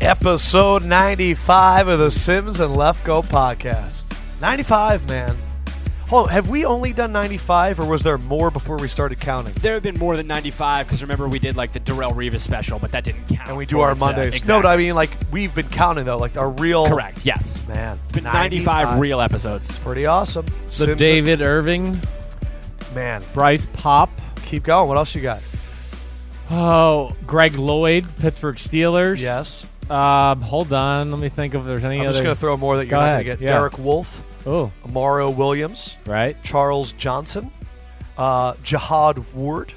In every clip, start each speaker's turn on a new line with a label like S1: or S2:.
S1: episode 95 of the Sims and Left Go podcast. 95, man. Hold on, have we only done 95 or was there more before we started counting?
S2: There have been more than 95 because remember we did like the Darrell Rivas special, but that didn't count.
S1: And we do our
S2: towards that.
S1: Mondays. No,
S2: Exactly.
S1: but I mean, like, we've been counting, though, like, our real.
S2: Correct. Yes.
S1: Man.
S2: It's been 95, real episodes.
S1: Pretty awesome.
S3: So
S1: Sims-
S3: David Irving,
S1: Man,
S3: Bryce Pop,
S1: keep going. What else you got?
S3: oh Greg Lloyd, Pittsburgh Steelers.
S1: Yes.
S3: Um, hold on, let me think if there's any
S1: I'm
S3: other.
S1: just going to throw more that you're
S3: Go
S1: not going
S3: ahead,
S1: to get.
S3: yeah.
S1: Derek Wolf,
S3: oh,
S1: Amaro Williams,
S3: right.
S1: Charles Johnson, uh, Jihad Ward,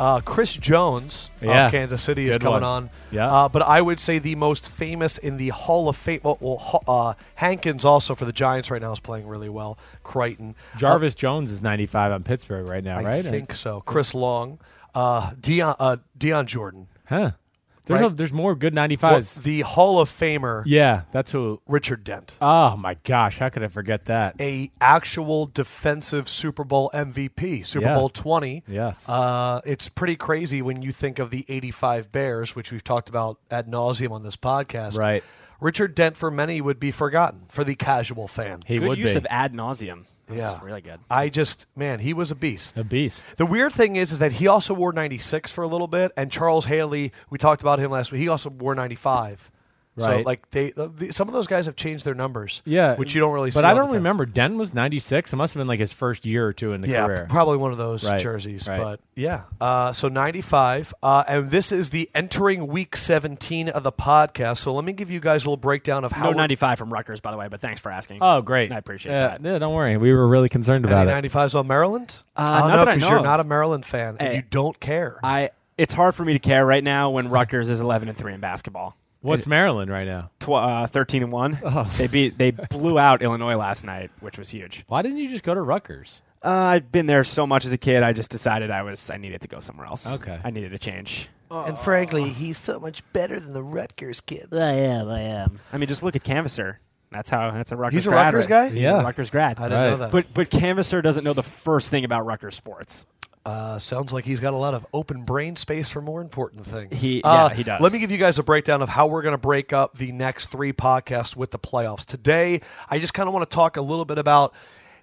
S1: uh, Chris Jones
S3: Yeah.
S1: of Kansas City is
S3: Good
S1: coming
S3: one.
S1: on.
S3: Yeah.
S1: Uh, but I would say the most famous in the Hall of Fame. Well, well Ho- uh, Hankins also for the Giants right now is playing really well. Crichton. Uh,
S3: Jarvis Jones is 95 on Pittsburgh right now,
S1: I
S3: right?
S1: think so. Chris Long, uh, Dion, uh, Dion Jordan,
S3: huh? There's
S1: Right.
S3: a- there's more good
S1: Well,
S3: 95s.
S1: the Hall of Famer
S3: yeah, that's who.
S1: Richard Dent.
S3: Oh my gosh, how could I forget that?
S1: a actual defensive Super Bowl MVP, Super
S3: Yeah.
S1: Bowl 20.
S3: Yes.
S1: Uh, it's pretty crazy when you think of the 85 Bears, which we've talked about ad nauseum on this podcast.
S3: Right.
S1: Richard Dent, for many, would be forgotten for the casual fan.
S3: He
S2: good
S3: would
S2: use
S3: be
S2: of ad nauseum. That's
S1: Yeah.
S2: Really good.
S1: I just, man, he was a beast.
S3: a beast.
S1: The weird thing is, is that he also wore 96 for a little bit, and Charles Haley, we talked about him last week. He also wore 95. So,
S3: Right.
S1: like they, the, some of those guys have changed their numbers.
S3: Yeah,
S1: which you don't really. see
S3: But I
S1: all the
S3: don't
S1: time.
S3: remember. Den was 96. It must have been like his first year or two in the
S1: yeah,
S3: career.
S1: probably one of those
S3: Right,
S1: jerseys.
S3: right.
S1: But yeah, uh, so 95. Uh, and this is the entering week 17 of the podcast. So let me give you guys a little breakdown of how
S2: No
S1: we're-
S2: 95 from Rutgers, by the way, but thanks for asking.
S3: Oh, great!
S2: I appreciate
S3: Yeah,
S2: that.
S3: Yeah, don't worry. We were really concerned
S1: Any
S3: about it.
S1: 95s on Maryland?
S2: Uh,
S1: oh, no,
S2: not that I know
S1: you're
S2: of. Eh.
S1: not a Maryland fan and
S2: Hey.
S1: you don't care.
S2: I it's hard for me to care right now when Rutgers is 11 and 3 in basketball.
S3: What's Oh. Maryland right now?
S2: Tw- uh, 13 and 1. They beat they blew out Illinois last night, which was huge.
S3: Why didn't you just go to Rutgers?
S2: Uh, I'd been there so much as a kid, I just decided I was I needed to go somewhere else.
S3: Okay.
S2: I needed a change.
S4: And frankly, he's so much better than the Rutgers kids.
S2: am, I am. I mean, just look at Canvasser. That's how that's a Rutgers
S1: He's a
S2: grad
S1: Rutgers guy?
S2: right- He's
S3: Yeah.
S2: a Rutgers grad.
S1: I didn't
S3: Right.
S1: know that.
S2: But but Canvasser doesn't know the first thing about Rutgers sports.
S1: Uh, sounds like he's got a lot of open brain space for more important things. Uh,
S2: He- yeah, he does.
S1: Let me give you guys a breakdown of how we're going to break up the next three podcasts with the playoffs. Today, I just kind of want to talk a little bit about.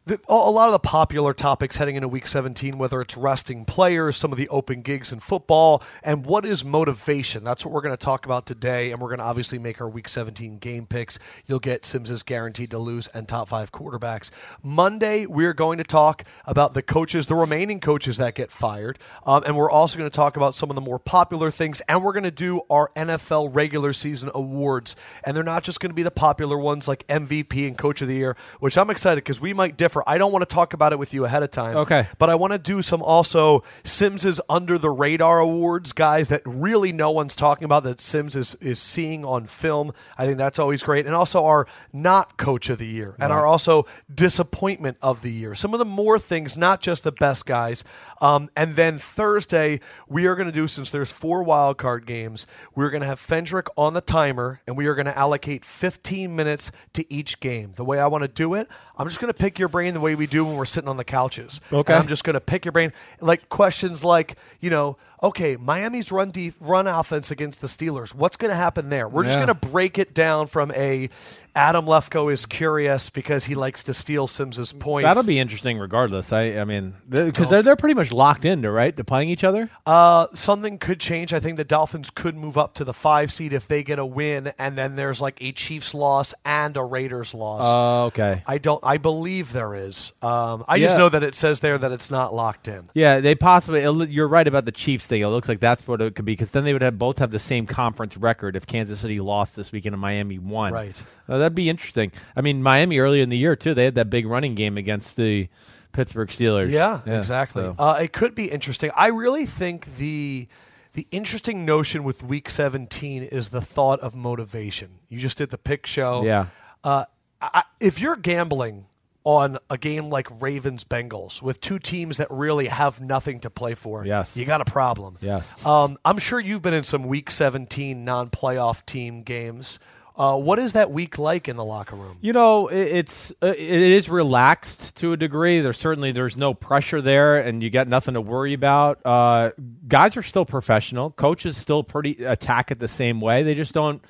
S1: The, a a lot of the popular topics heading into week 17, whether it's resting players, some of the open gigs in football, and what is motivation. That's what we're going to talk about today. And we're going to obviously make our week 17 game picks. You'll get Sims's guaranteed to lose and top five quarterbacks. Monday, we're going to talk about the coaches, the remaining coaches that get fired. Um, and we're also going to talk about some of the more popular things. And we're going to do our NFL regular season awards. And they're not just going to be the popular ones like MVP and Coach of the Year, which I'm excited because we might differ. I don't want to talk about it with you ahead of time.
S3: Okay.
S1: But I want to do some also Sims's under the radar awards, guys that really no one's talking about that Sims is, is seeing on film. I think that's always great. And also our not coach of the year and our also disappointment of the year. Some of the more things, not just the best guys. Um, and then Thursday, we are going to do, since there's four wild card games, we're going to have Fendrick on the timer and we are going to allocate 15 minutes to each game. The way I want to do it, I'm just going to pick your brain the way we do when we're sitting on the couches.
S3: Okay.
S1: And I'm just going to pick your brain. Like questions like, you know, okay, Miami's run def- run offense against the Steelers. What's going to happen there? We're just
S3: Yeah.
S1: going to break it down from a Adam Lefko is curious because he likes to steal Sims's points.
S3: That'll be interesting, regardless. I, I mean, because they're they're pretty much locked into right to playing each other.
S1: uh, something could change. I think the Dolphins could move up to the five seed if they get a win, and then there's like a Chiefs loss and a Raiders loss.
S3: Oh, okay.
S1: I don't. I believe there is. Um, I just
S3: Yeah.
S1: know that it says there that it's not locked in.
S3: Yeah, they possibly. it'll- You're right about the Chiefs thing. It looks like that's what it could be because then they would have both have the same conference record if Kansas City lost this weekend and Miami won.
S1: Right.
S3: Uh, that'd be interesting. I mean, Miami earlier in the year too. They had that big running game against the Pittsburgh Steelers.
S1: Yeah, exactly.
S3: so.
S1: Uh, it could be interesting. I really think the the interesting notion with Week 17 is the thought of motivation. You just did the pick show.
S3: Yeah.
S1: Uh, I, I- if you're gambling on a game like Ravens Bengals with two teams that really have nothing to play for,
S3: Yes.
S1: you got a problem.
S3: Yes.
S1: Um, I'm sure you've been in some Week 17 non-playoff team games. Uh, what is that week like in the locker room?
S3: You know, i it's uh, it is relaxed to a degree. There's certainly there's no pressure there, and you got nothing to worry about. Uh, guys are still professional. Coaches still pretty attack it the same way. They just don't.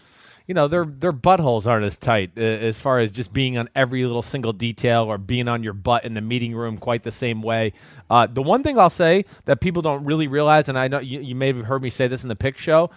S3: you know their their buttholes aren't as tight uh, as far as just being on every little single detail or being on your butt in the meeting room quite the same way. Uh, the one thing I'll say that people don't really realize, and I know you, you may have heard me say this in the pick show,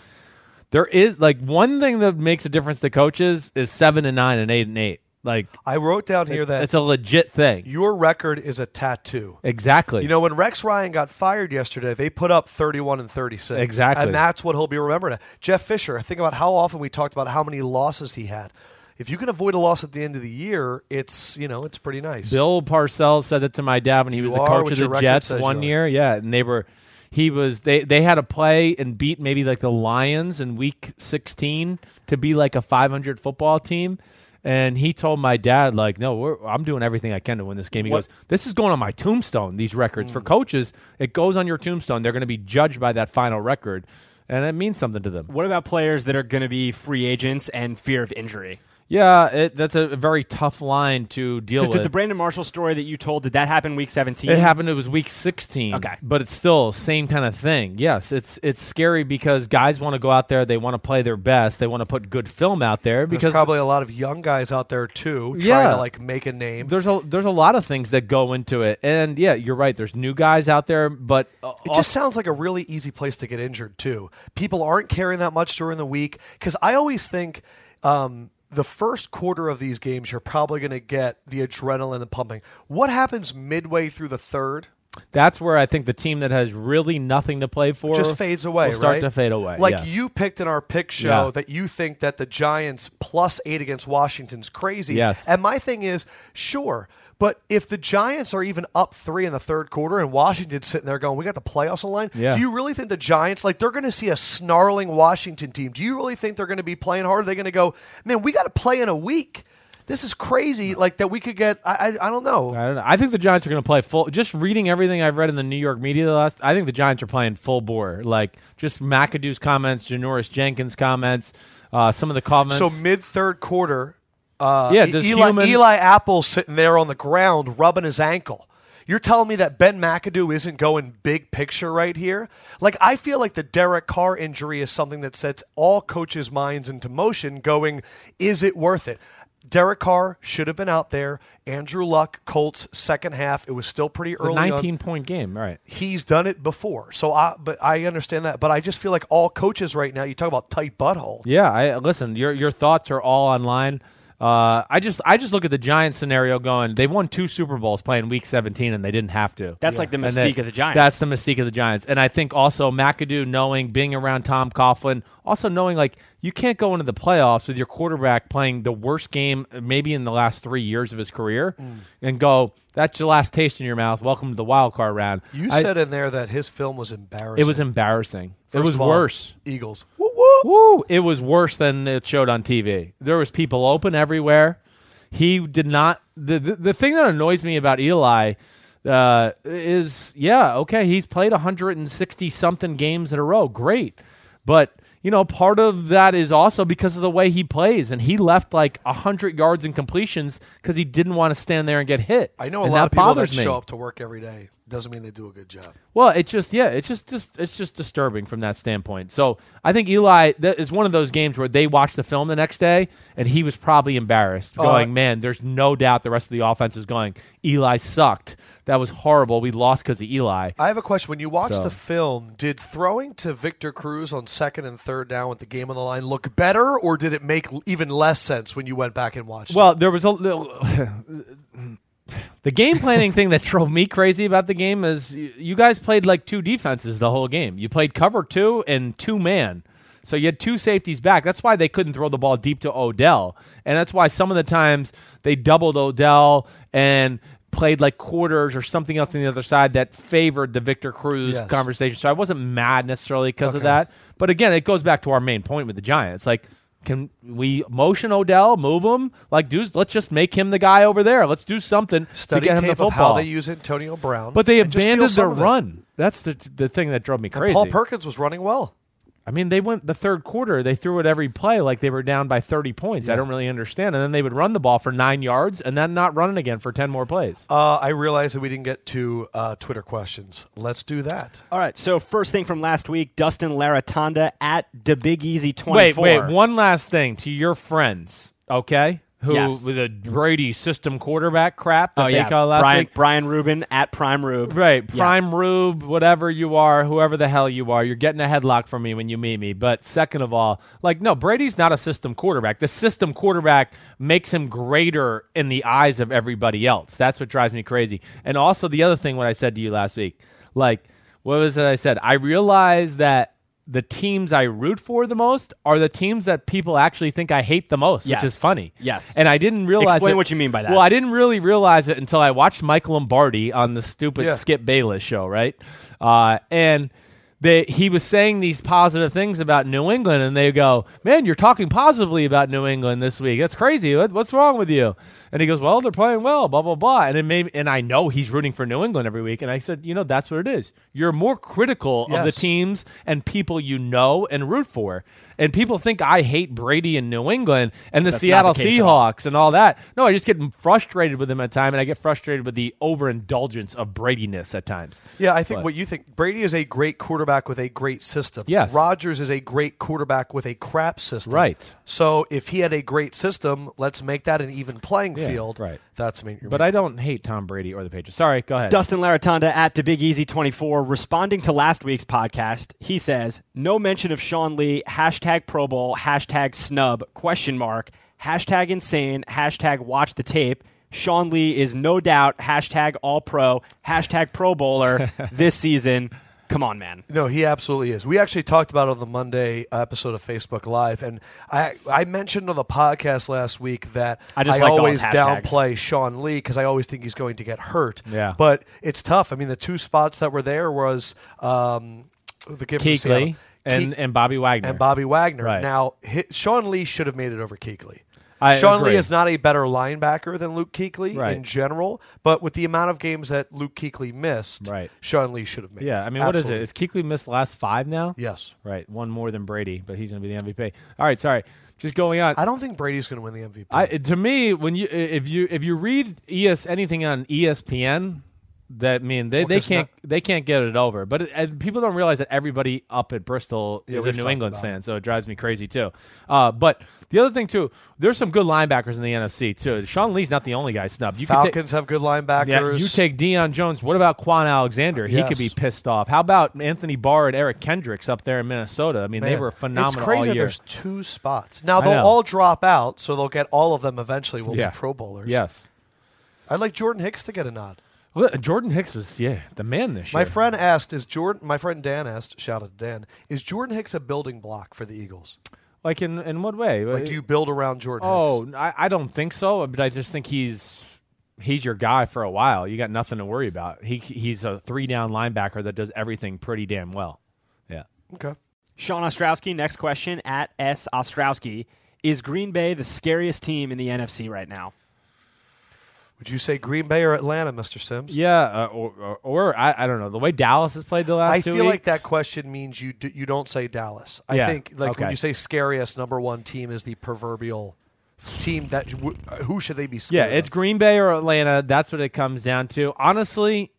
S3: there is like one thing that makes a difference to coaches is seven and nine and eight and eight. Like
S1: I wrote down here that
S3: it's a legit thing.
S1: your record is a tattoo.
S3: Exactly.
S1: You know, when Rex Ryan got fired yesterday, they put up 31 and 36.
S3: Exactly.
S1: And that's what he'll be remembered. at. Jeff Fisher, I think about how often we talked about how many losses he had. If you can avoid a loss at the end of the year, it's, you know, it's pretty nice.
S3: Bill Parcells said it to my dad when he was
S1: You
S3: the
S1: are
S3: coach
S1: what
S3: of
S1: your
S3: the
S1: record
S3: Jets
S1: says
S3: one
S1: you are.
S3: year. Yeah, and they were he was they they had to play and beat maybe like the Lions in week 16 to be like a 500 football team. And he told my dad, like, no, we're, I'm doing everything I can to win this game. He
S1: What- Hmm.
S3: goes, this is going on my tombstone. These records for coaches, it goes on your tombstone. They're going to be judged by that final record, and it means something to them.
S2: What about players that are going to be free agents and fear of injury?
S3: Yeah, it, that's a very tough line to deal
S2: Because
S3: with.
S2: did the Brandon Marshall story that you told did that happen week 17?
S3: It happened. It was week 16.
S2: Okay.
S3: but it's still same kind of thing. Yes, it's it's scary because guys want to go out there. They want to play their best. They want to put good film out there
S1: There's
S3: because
S1: probably a lot of young guys out there, too, trying
S3: Yeah.
S1: to, like, make a name.
S3: there's a there's a lot of things that go into it. And yeah, you're right. There's new guys out there, but uh,
S1: It just sounds like a really easy place to get injured too. People aren't carrying that much during the week because I always think um, the first quarter of these games you're probably going to get the adrenaline and pumping. What happens midway through the third?
S3: that's where I think the team that has really nothing to play for
S1: just fades away.
S3: will start
S1: right?
S3: to fade away.
S1: Like
S3: yeah.
S1: you picked in our pick show
S3: Yeah.
S1: that you think that the Giants plus eight against Washington's crazy.
S3: Yes.
S1: And my thing is, sure. But if the Giants are even up three in the third quarter and Washington's sitting there going, we got the playoffs on the line,
S3: Yeah.
S1: do you really think the Giants, like, they're going to see a snarling Washington team? Do you really think they're going to be playing hard? Are they going to go, man, we got to play in a week? This is crazy, like, that we could get, I, I, I don't know.
S3: I don't know. I think the Giants are going to play full. Just reading everything I've read in the New York media the last, I think the Giants are playing full bore. Like just McAdoo's comments, Janoris Jenkins' comments, uh, some of the comments.
S1: So mid third quarter, uh,
S3: Yeah,
S1: E-
S3: does
S1: Eli,
S3: Heumann-
S1: Eli Apple's sitting there on the ground rubbing his ankle. You're telling me that Ben McAdoo isn't going big picture right here? Like, I feel like the Derek Carr injury is something that sets all coaches' minds into motion going, is it worth it? Derek Carr should have been out there. Andrew Luck, Colts, second half. It was still pretty
S3: it's a
S1: early. on
S3: nineteen-point game, right?
S1: he's done it before. So I but I understand that. But I just feel like all coaches right now, you talk about tight butthole.
S3: Yeah, I listen. Your your thoughts are all online. Uh, I just I just look at the Giants scenario going. They won two Super Bowls playing Week 17, and they didn't have to.
S2: That's like the
S3: And
S2: mystique of the Giants.
S3: That's the mystique of the Giants. And I think also McAdoo knowing being around Tom Coughlin, also knowing like you can't go into the playoffs with your quarterback playing the worst game uh, maybe in the last three years of his career,
S2: Mm.
S3: and go that's your last taste in your mouth. Welcome to the wild card round.
S1: You
S3: I-
S1: said in there that his film was embarrassing.
S3: it was embarrassing. it
S1: First
S3: was
S1: of all,
S3: worse.
S1: Eagles. Woo woo.
S3: Woo! It was worse than it showed on TV. There was people open everywhere. He did not. The the, the thing that annoys me about Eli uh, is yeah okay he's played 160 something games in a row. Great, but. You know, part of that is also because of the way he plays, and he left like hundred yards in completions because he didn't want to stand there and get hit.
S1: I know a
S3: And
S1: lot
S3: that
S1: of people that
S3: bothers me.
S1: show up to work every day. Doesn't mean they do a good job.
S3: Well, it just yeah, it's just just it's just disturbing from that standpoint. So I think Eli that is one of those games where they watched the film the next day and he was probably embarrassed, going, "Man, there's no doubt the rest of the offense is going. Eli sucked. That was horrible. We lost because of Eli."
S1: I have a question. When you watch
S3: So-
S1: the film, did throwing to Victor Cruz on second and third down with the game on the line look better, or did it make l- even less sense when you went back and watched? it?
S3: Well, there was a the game planning thing that drove me crazy about the game is y- you guys played like two defenses the whole game. You played cover two and two man. So you had two safeties back. That's why they couldn't throw the ball deep to Odell. And that's why some of the times they doubled Odell and played like quarters or something else on the other side that favored the Victor Cruz
S1: Yes.
S3: conversation. So I wasn't mad necessarily because of
S1: Okay.
S3: that. But again, it goes back to our main point with the Giants. Like, can we motion Odell, move him? Like, dude, let's just make him the guy over there. Let's do something
S1: study
S3: to get him the
S1: tape
S3: football.
S1: of how they use Antonio Brown,
S3: but they
S1: and just steal
S3: abandoned their
S1: some of it.
S3: run. That's the the thing that drove me
S1: And
S3: crazy.
S1: Paul Perkins was running well.
S3: I mean, they went the third quarter. They threw it every play like they were down by 30 points. I don't really understand. And then they would run the ball for nine yards and then not run it again for 10 more plays.
S1: Uh, I realize that we didn't get to uh, Twitter questions. Let's do that.
S2: All right. So first thing from last week, Dustin Laratonda at the Big Easy twenty
S3: Wait,
S2: four.
S3: wait. One last thing to your friends, okay? Who
S2: Yes.
S3: with the Brady system quarterback crap that
S2: Oh
S3: they
S2: yeah,
S3: called last
S2: Brian
S3: week.
S2: Brian Rubin at Prime Rube.
S3: Right,
S2: Yeah.
S3: prime rube, whatever you are, whoever the hell you are, you're getting a headlock from me when you meet me. But second of all, like no, Brady's not a system quarterback. The system quarterback makes him greater in the eyes of everybody else. That's what drives me crazy. And also the other thing what I said to you last week, like what was it I said? I realize that the teams I root for the most are the teams that people actually think I hate the most,
S2: Yes.
S3: which is funny.
S2: Yes.
S3: And I didn't realize
S2: Explain
S3: it-
S2: what you mean by that.
S3: Well, I didn't really realize it until I watched Mike Lombardi on the stupid
S1: Yeah.
S3: Skip Bayless show, right? Uh, and they, he was saying these positive things about New England, and they go, "Man, you're talking positively about New England this week. That's crazy. What, what's wrong with you?" And he goes, "Well, they're playing well, blah blah blah." And it made, and I know he's rooting for New England every week, and I said, "You know, that's what it is. You're more critical of the
S1: Yes.
S3: team." teams and people you know and root for. And people think I hate Brady and New England and the
S2: That's
S3: Seattle
S2: not the case at all.
S3: Seahawks and all that. No, I just get frustrated with them at times, and I get frustrated with the overindulgence of Bradyness at times.
S1: Yeah, I think
S3: But-
S1: what you think. Brady is a great quarterback with a great system.
S3: Yes.
S1: Rodgers is a great quarterback with a crap system.
S3: Right.
S1: So if he had a great system, let's make that an even playing
S3: Yeah,
S1: field.
S3: right.
S1: That's me.
S3: But I don't hate Tom Brady or the Patriots. Sorry, go ahead.
S2: Dustin Laratonda at the Big Easy 24 responding to last week's podcast. He says, "No mention of Sean Lee. Hashtag Pro Bowl. Hashtag snub. Question mark. Hashtag insane. Hashtag watch the tape. Sean Lee is no doubt. Hashtag All Pro. Hashtag Pro Bowler this season. Come on, man.
S1: No, he absolutely is. We actually talked about it on the Monday episode of Facebook Live, and I I mentioned on the podcast last week that
S2: I just liked all
S1: always
S2: his hashtags.
S1: downplay Sean Lee because I always think he's going to get hurt.
S3: Yeah.
S1: but it's tough. I mean, the two spots that were there was um, the kid from Seattle,
S3: Keekly and,
S1: Keek-
S3: and Bobby Wagner.
S1: and Bobby Wagner.
S3: Right.
S1: Now, hi Sean Lee should have made it over Keekley.
S3: I
S1: Sean
S3: agree.
S1: Lee is not a better linebacker than Luke Keekley
S3: Right.
S1: in general, but with the amount of games that Luke Keekley missed,
S3: Right.
S1: Sean Lee should have made
S3: yeah,
S1: it.
S3: I mean, what is
S1: Absolutely.
S3: it? Is Keekly missed last five now?
S1: Yes.
S3: Right, one more than Brady, but he's going to be the MVP. All right, sorry. Just going on.
S1: I don't think Brady's going to win the MVP.
S3: I to me when you if you if you read ES anything on E ESPN that mean they, they
S1: 'cause
S3: can't they can't get it over but it, and people don't realize that everybody up at Bristol
S1: Yeah,
S3: is a
S1: we've
S3: New
S1: talked
S3: England
S1: about
S3: fan so it drives me crazy too uh, but the other thing too there's some good linebackers in the NFC too Sean Lee's not the only guy snubbed you could take-
S1: Falcons have good linebackers.
S3: yeah, you take Deion Jones. What about Quan Alexander? He could be
S1: Yes.
S3: pissed off. How about Anthony Barr and Eric Kendricks up there in Minnesota? I mean, they
S1: Man,
S3: were phenomenal
S1: It's crazy
S3: all
S1: that
S3: year.
S1: there's two spots. Now
S3: I
S1: they'll
S3: know.
S1: all drop out, so they'll get all of them eventually. Will
S3: Yeah.
S1: be Pro Bowlers.
S3: yes,
S1: I'd like Jordan Hicks to get a nod.
S3: Well, Jordan Hicks was yeah the man this year.
S1: My friend asked, "Is Jordan?" My friend Dan asked. Shout out to Dan. Is Jordan Hicks a building block for the Eagles?
S3: Like in in what way?
S1: Like, do you build around Jordan?
S3: Uh, oh,
S1: Hicks?
S3: n- I, I don't think so. But I just think he's he's your guy for a while. You got nothing to worry about. He he's a three down linebacker that does everything pretty damn well. Yeah.
S1: okay.
S2: Sean Ostrowski, next question at S. Ostrowski. Is Green Bay the scariest team in the NFC right now?
S1: Would you say Green Bay or Atlanta, Mister Sims?
S3: Yeah, uh, or, or, or I, I don't know the way Dallas has played the last.
S1: I
S3: two
S1: feel like
S3: weeks-
S1: that question means you do, you don't say Dallas. I
S3: Yeah,
S1: think like when
S3: okay.
S1: you say scariest number one team is the proverbial team that w- who should they be
S3: Yeah,
S1: scared?
S3: it's
S1: of?
S3: Green Bay or Atlanta. That's what it comes down to. Honestly,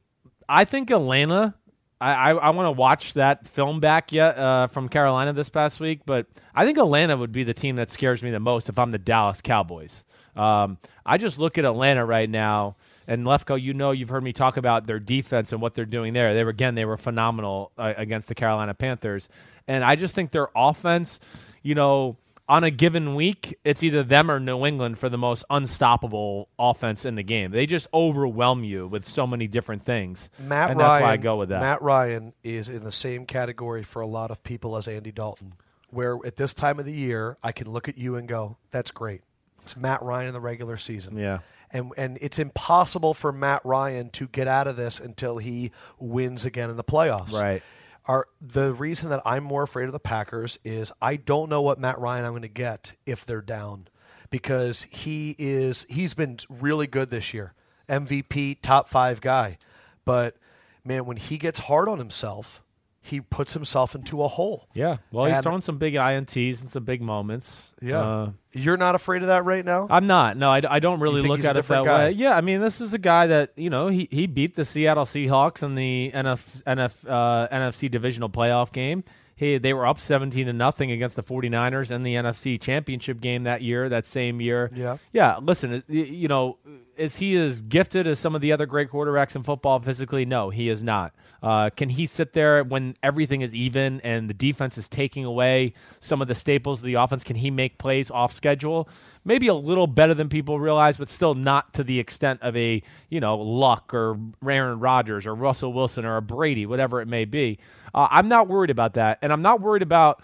S3: I think Atlanta. I, I, I want to watch that film back yet uh, from Carolina this past week, but I think Atlanta would be the team that scares me the most if I'm the Dallas Cowboys. Um, I just look at Atlanta right now, and Lefko, you know, you've heard me talk about their defense and what they're doing there. They were again, they were phenomenal uh, against the Carolina Panthers, and I just think their offense, you know on a given week, it's either them or New England for the most unstoppable offense in the game. They just overwhelm you with so many different things.
S1: Matt
S3: and
S1: Ryan.
S3: that's why I go with that.
S1: Matt Ryan is in the same category for a lot of people as Andy Dalton, where at this time of the year I can look at you and go, "That's great." It's Matt Ryan in the regular season.
S3: Yeah.
S1: And, and it's impossible for Matt Ryan to get out of this until he wins again in the playoffs.
S3: Right.
S1: are the reason that I'm more afraid of the Packers is I don't know what Matt Ryan I'm going to get if they're down because he is he's been really good this year. MVP top 5 guy. But man, when he gets hard on himself, he puts himself into a hole.
S3: Yeah. Well, he's
S1: And-
S3: thrown some big ints and some big moments.
S1: Yeah.
S3: Uh,
S1: You're not afraid of that right now?
S3: I'm not. No, I, I don't really
S1: think
S3: look
S1: he's a
S3: at it that
S1: different guy?
S3: way. Yeah, I mean, this is a guy that you know he, he beat the Seattle Seahawks in the NF, NF, uh, NFC divisional playoff game. He they were up 17 to nothing against the 49ers in the NFC Championship game that year, that same year.
S1: Yeah.
S3: Yeah, listen, it- y- you know, is he as gifted as some of the other great quarterbacks in football physically? No, he is not. Uh, can he sit there when everything is even and the defense is taking away some of the staples of the offense? Can he make plays off schedule? Maybe a little better than people realize, but still not to the extent of a you know Luck or Aaron Rodgers or Russell Wilson or a Brady, whatever it may be. Uh, I'm not worried about that, and I'm not worried about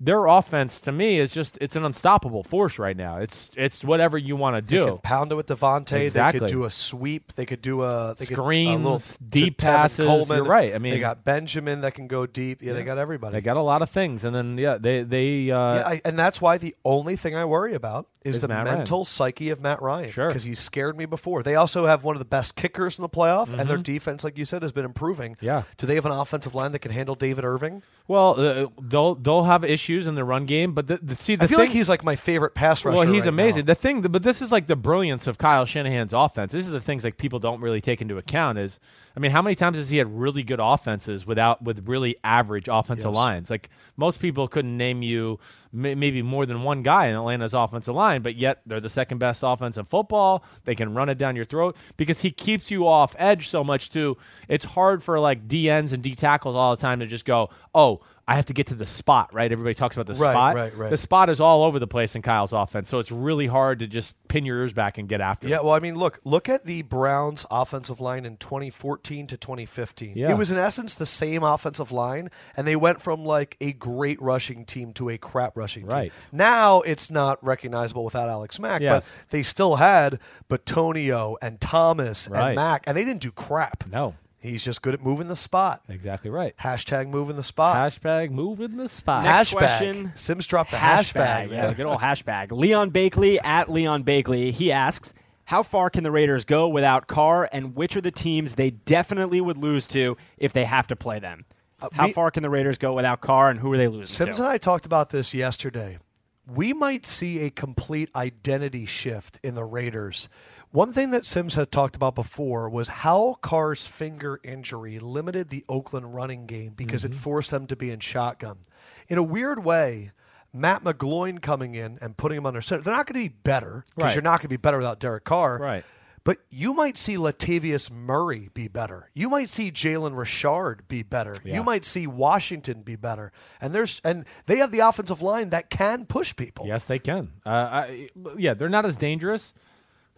S3: their offense to me is just it's an unstoppable force right now. It's it's whatever you want to
S1: They
S3: do.
S1: could pound it with Devontae. They
S3: Exactly.
S1: could do a sweep. They could do a they could- a little
S3: Screens, deep
S1: to Tevin
S3: passes.
S1: Coleman.
S3: You're right. I mean-
S1: they got Benjamin that can go deep. Yeah, they got everybody.
S3: They got a lot of things, and then yeah, they they uh,
S1: yeah, I, and that's why the only thing I worry about is,
S3: Is
S1: the
S3: Matt Ryan.
S1: mental psyche of Matt Ryan.
S3: Sure.
S1: Because he's scared me before. They also have one of the best kickers in the playoff, and their defense, like you said, has been improving.
S3: Mm-hmm. Yeah.
S1: Do they have an offensive line that can handle David Irving?
S3: well uh, they'll they'll have issues in the run game, but the, the, see the
S1: I feel
S3: thing,
S1: like he's like my favorite pass rusher.
S3: Well, he's
S1: right
S3: amazing.
S1: now.
S3: The thing, but this is like the brilliance of Kyle Shanahan's offense. These are the things like people don't really take into account. Is I mean, how many times has he had really good offenses without with really average offensive
S1: Yes.
S3: lines? Like most people couldn't name you may, maybe more than one guy in Atlanta's offensive line, but yet they're the second best offense in football. They can run it down your throat because he keeps you off edge so much too. It's hard for like DNs and D tackles all the time to just go, oh. I have to get to the spot, right? Everybody talks about the
S1: Right,
S3: spot.
S1: right, right.
S3: The spot is all over the place in Kyle's offense, so it's really hard to just pin your ears back and get after.
S1: Yeah,
S3: it.
S1: well, I mean, look, look at the Browns' offensive line in 2014 to 2015.
S3: Yeah.
S1: It was in essence the same offensive line, and they went from like a great rushing team to a crap rushing
S3: Right.
S1: team. Now it's not recognizable without Alex Mack,
S3: Yes.
S1: but they still had Batonio and Thomas
S3: Right.
S1: and Mack, and they didn't do crap.
S3: No,
S1: He's just good at moving the spot.
S3: exactly right.
S1: Hashtag moving the spot.
S3: Hashtag move in the spot.
S2: Next
S1: Hashbag.
S2: question.
S1: Sims dropped a
S2: Hashbag,
S1: hashbag.
S2: yeah, good old hashbag. Leon Bakley at Leon Bakley. He asks, how far can the Raiders go without Carr, and which are the teams they definitely would lose to if they have to play them? how
S1: Uh, we-
S2: far can the Raiders go without Carr, and who are they losing
S1: Sims
S2: to?
S1: and I talked about this yesterday. We might see a complete identity shift in the Raiders. One thing that Sims had talked about before was how Carr's finger injury limited the Oakland running game because
S3: Mm-hmm.
S1: it forced them to be in shotgun. In a weird way, Matt McGloin coming in and putting him under center, they're not going to be better because
S3: Right.
S1: you're not going to be better without Derek Carr.
S3: Right.
S1: But you might see Latavius Murray be better. You might see Jalen Richard be better. You might see Washington be better. And there's and they have the offensive line that can push people.
S3: Yes, they can. Uh, I, yeah, they're not as dangerous.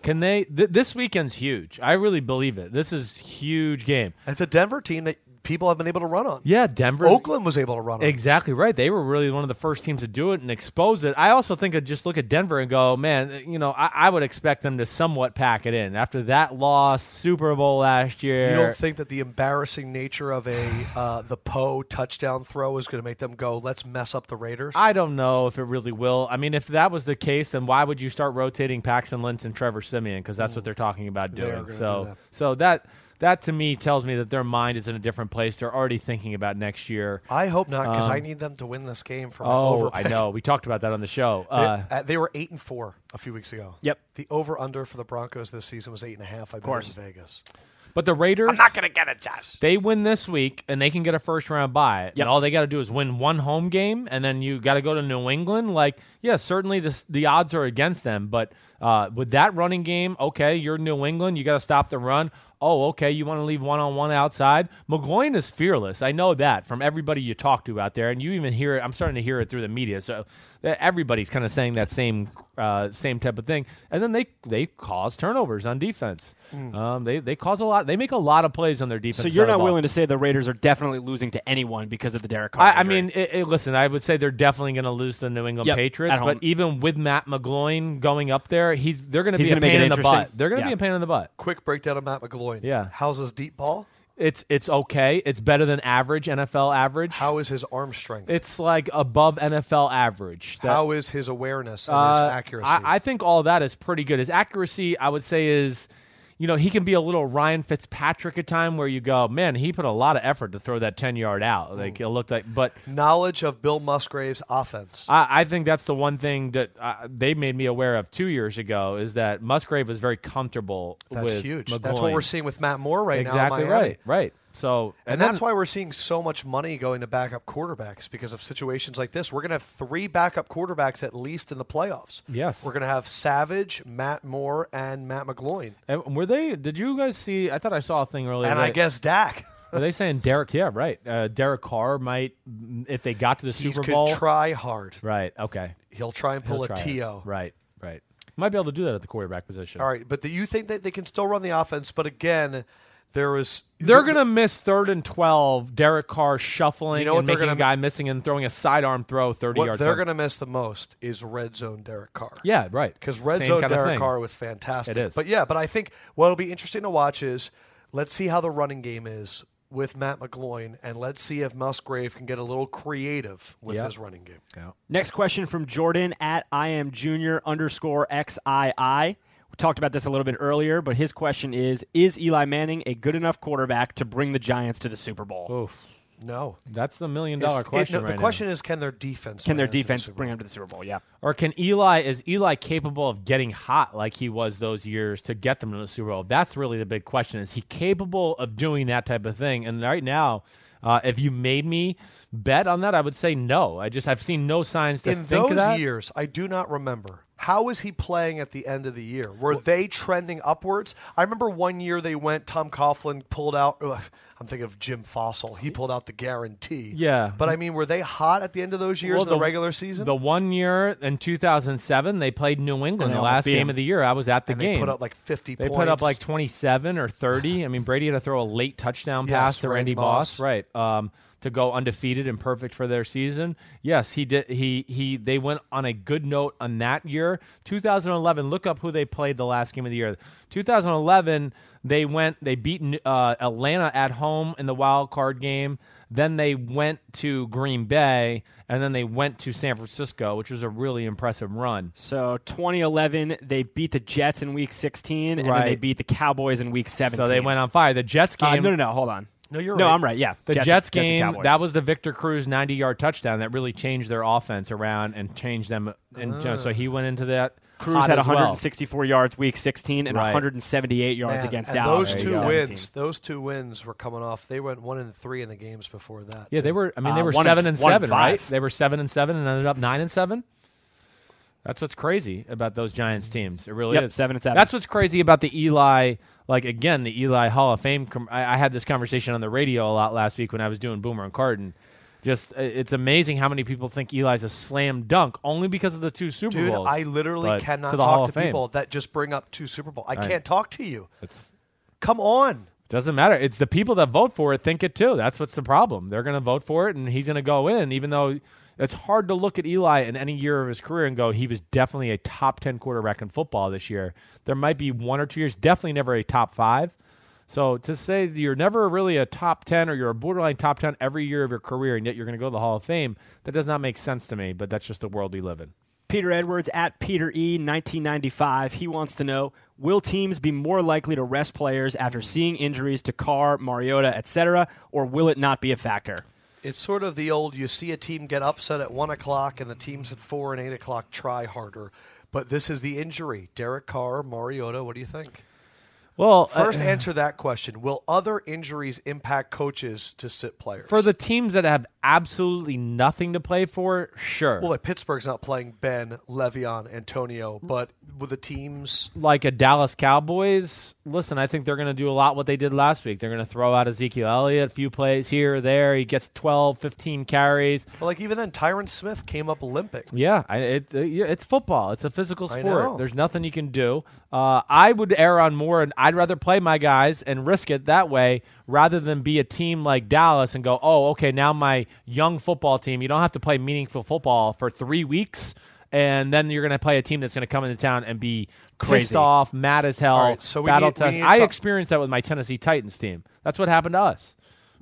S3: Can they? Th- this weekend's huge. I really believe it. This is huge game.
S1: And it's a Denver team that people have been able to run on.
S3: Yeah, Denver.
S1: Oakland was able to run on.
S3: Exactly right. They were really one of the first teams to do it and expose it. I also think I'd just look at Denver and go, man, you know, I, I would expect them to somewhat pack it in after that loss, Super Bowl last year.
S1: You don't think that the embarrassing nature of a uh, the Poe touchdown throw is going to make them go, let's mess up the Raiders?
S3: I don't know if it really will. I mean, if that was the case, then why would you start rotating Paxton Lynch and Trevor Simeon? Because that's what they're talking about
S1: They are
S3: doing.
S1: gonna
S3: So,
S1: do that.
S3: so that that to me tells me that their mind is in a different place. They're already thinking about next year.
S1: I hope not because
S3: Um,
S1: I need them to win this game for my
S3: Oh,
S1: over.
S3: I know. We talked about that on the show. Uh,
S1: they, uh, they were eight and four a few weeks ago.
S2: Yep.
S1: The over under for the Broncos this season was eight and a half. I bet
S2: course.
S1: in Vegas.
S3: but the Raiders,
S4: I'm not gonna get it, Josh.
S3: they win this week and they can get a first round bye.
S2: Yep.
S3: And all they got to do is win one home game, and then you got to go to New England. Like, yeah, certainly this, the odds are against them, but uh, with that running game, okay, you're New England. You got to stop the run. Oh, okay, you want to leave one on one outside. McGloin is fearless. I know that from everybody you talk to out there, and you even hear it. I'm starting to hear it through the media. So uh, everybody's kind of saying that same uh, same type of thing. And then they they cause turnovers on defense. Um, they they cause a lot. They make a lot of plays on their defense.
S2: So you're
S3: side of the
S2: not
S3: ball.
S2: willing to say the Raiders are definitely losing to anyone because of the Derek Carr
S3: I, I
S2: injury.
S3: mean, it, it- listen, I would say they're definitely going to lose to the New England
S2: Yep,
S3: Patriots,
S2: at home.
S3: but even with Matt McGloin going up there, he's they're going to
S2: He's
S3: be a
S2: gonna make
S3: pain
S2: it
S3: in the
S2: interesting.
S3: butt. They're going to
S2: Yeah.
S3: be a pain in the butt.
S1: Quick breakdown of Matt McGloin.
S3: Yeah.
S1: How's his deep ball?
S3: It's it's okay. It's better than average NFL average.
S1: How is his arm strength?
S3: It's like above NFL average. That-
S1: How is his awareness and
S3: uh,
S1: his accuracy?
S3: I, I think all that is pretty good. His accuracy, I would say, is you know, he can be a little Ryan Fitzpatrick at time where you go, man, he put a lot of effort to throw that 10 yard out. Like it looked like, but
S1: Knowledge of Bill Musgrave's offense.
S3: I, I think that's the one thing that uh, they made me aware of two years ago is that Musgrave was very comfortable.
S1: That's
S3: with
S1: huge. That's what
S3: McGloin.
S1: we're seeing with Matt Moore right now.
S3: Exactly
S1: in Miami.
S3: right. Right. So
S1: And,
S3: then-
S1: that's why we're seeing so much money going to backup quarterbacks because of situations like this. We're going to have three backup quarterbacks at least in the playoffs.
S3: Yes.
S1: We're going to have Savage, Matt Moore, and Matt McGloin.
S3: And were they? Did you guys see? I thought I saw a thing earlier.
S1: And I
S3: that-
S1: guess Dak.
S3: are they saying Derek? Yeah, right. Uh, Derek Carr might, if they got to the
S1: He
S3: Super Bowl,
S1: could try hard.
S3: right? Okay,
S1: He'll try and
S3: He'll
S1: pull a
S3: try it.
S1: TO.
S3: Right, right. Might be able to do that at the quarterback position.
S1: All right. But do you think that they can still run the offense? But again, there is.
S3: They're gonna miss third and twelve. Derek Carr shuffling
S1: You know what
S3: and
S1: they're
S3: making a
S1: gonna-
S3: guy missing and throwing a sidearm throw thirty
S1: What
S3: yards.
S1: they're
S3: out.
S1: going to miss the most is red zone Derek Carr.
S3: yeah, right.
S1: because red
S3: Same
S1: zone
S3: kinda
S1: Derek
S3: thing.
S1: Carr was fantastic.
S3: It is.
S1: but yeah, but I think what'll be interesting to watch is let's see how the running game is with Matt McGloin, and let's see if Musgrave can get a little creative with
S3: Yeah.
S1: his running game.
S3: Yeah.
S2: Next question from Jordan at I am junior underscore XII. We talked about this a little bit earlier, but his question is Is Eli Manning a good enough quarterback to bring the Giants to the Super Bowl?
S3: Oof.
S1: No,
S3: That's the million
S1: It's-
S3: dollar
S1: it-
S3: question.
S1: no, the
S3: right now.
S1: question is, can their defense
S2: Can
S1: bring them
S2: their
S1: to the
S2: defense
S1: Super
S2: bring
S1: Bowl?
S2: them to the Super Bowl? Yeah.
S3: Or can Eli is Eli capable of getting hot like he was those years to get them to the Super Bowl? That's really the big question. Is he capable of doing that type of thing? And right now, uh, if you made me bet on that, I would say no. I just I've seen no signs to
S1: in
S3: think of that.
S1: those years? I do not remember. How was he playing at the end of the year? Were they trending upwards? I remember one year they went. Tom Coughlin pulled out. ugh, I'm thinking of Jim Fossil. He pulled out the guarantee.
S3: Yeah.
S1: but I mean, were they hot at the end of those years
S3: Well,
S1: in the, regular season?
S3: The one year in 2007, they played New England.
S2: they
S3: The
S2: almost
S3: last
S2: beat
S3: game
S2: them.
S3: of the year, I was at the
S1: and
S3: game.
S1: They put up like 50
S3: They
S1: points.
S3: put up like 27 or 30. I mean, Brady had to throw a late touchdown
S1: Yes,
S3: pass to
S1: Randy
S3: Randy Moss,
S1: Moss.
S3: right? Um, to go undefeated and perfect for their season. Yes, he did. He he. They went on a good note on that year, 2011. Look up who they played the last game of the year. 2011, they went. They beat uh, Atlanta at home in the wild card game. Then they went to Green Bay, and then they went to San Francisco, which was a really impressive run.
S2: So 2011, they beat the Jets in week 16, and then they
S3: Right.
S2: beat the Cowboys in week 17.
S3: So they went on fire. The Jets game.
S2: Uh, no, no, no. Hold on.
S1: No, you're
S2: No,
S1: right.
S2: I'm right. Yeah.
S3: The Jets,
S2: and
S3: game,
S2: Cowboys.
S3: that was the Victor Cruz 90 yard touchdown that really changed their offense around and changed them. And you know, so he went into that.
S2: Cruz
S3: hot
S2: had
S3: as well.
S2: 164 yards week 16 and
S3: Right.
S2: 178 yards
S1: Man,
S2: against
S1: and Those
S2: Dallas. in
S1: two
S2: week 17.
S1: wins, those two wins were coming off. They went one and three in the games before that.
S3: Yeah, they were, I mean, they
S2: Uh,
S3: were
S2: one and-
S3: 7 and
S2: one and
S3: 7, right?
S2: five.
S3: They were 7 and 7 and ended up 9 and 7. That's what's crazy about those Giants teams. It really
S2: Yep,
S3: is.
S2: 7 and 7.
S3: That's what's crazy about the Eli, like, again, the Eli Hall of Fame. Com- I, I had this conversation on the radio a lot last week when I was doing Boomer and Carton. Just, uh, it's amazing how many people think Eli's a slam dunk only because of the two Super
S1: Dude,
S3: Bowls.
S1: I literally
S3: but
S1: cannot
S3: to the Hall
S1: talk
S3: of
S1: to
S3: Fame.
S1: people that just bring up two Super Bowl. I
S3: I-
S1: can't talk to you.
S3: It's
S1: Come on.
S3: doesn't matter. It's the people that vote for it think it too. That's what's the problem. They're going to vote for it, and he's going to go in, even though it's hard to look at Eli in any year of his career and go, he was definitely a top ten quarterback in football this year. There might be one or two years, definitely never a top five. So to say that you're never really a top ten or you're a borderline top ten every year of your career, and yet you're going to go to the Hall of Fame, that does not make sense to me. But that's just the world we live in.
S2: Peter Edwards at Peter E 1995. He wants to know: Will teams be more likely to rest players after seeing injuries to Carr, Mariota, etc., or will it not be a factor?
S1: It's sort of the old you see a team get upset at one o'clock and the teams at four and eight o'clock try harder. But this is the injury. Derek Carr, Mariota, what do you think?
S3: Well, uh,
S1: First, answer that question. Will other injuries impact coaches to sit players?
S3: for the teams that have absolutely nothing to play for, sure.
S1: Well, like Pittsburgh's not playing Ben, Le'Veon, Antonio, but with the teams,
S3: like a Dallas Cowboys, listen, I think they're going to do a lot what they did last week. They're going to throw out Ezekiel Elliott, a few plays here or there. He gets 12, 15 carries.
S1: well, like even then, Tyron Smith came up limping.
S3: Yeah, I, it, uh, yeah, it's football. It's a physical
S1: I know.
S3: sport. There's nothing you can do. Uh, I would err on more, and I'd rather play my guys and risk it that way rather than be a team like Dallas and go, oh, okay, now my young football team, you don't have to play meaningful football for three weeks. And then you're going to play a team that's going to come into town and be
S2: Crazy.
S3: pissed off, mad as hell,
S1: All right, so we
S3: battle
S1: need- we
S3: test.
S1: need to
S3: I
S1: talk-
S3: experienced that with my Tennessee Titans team. That's what happened to us.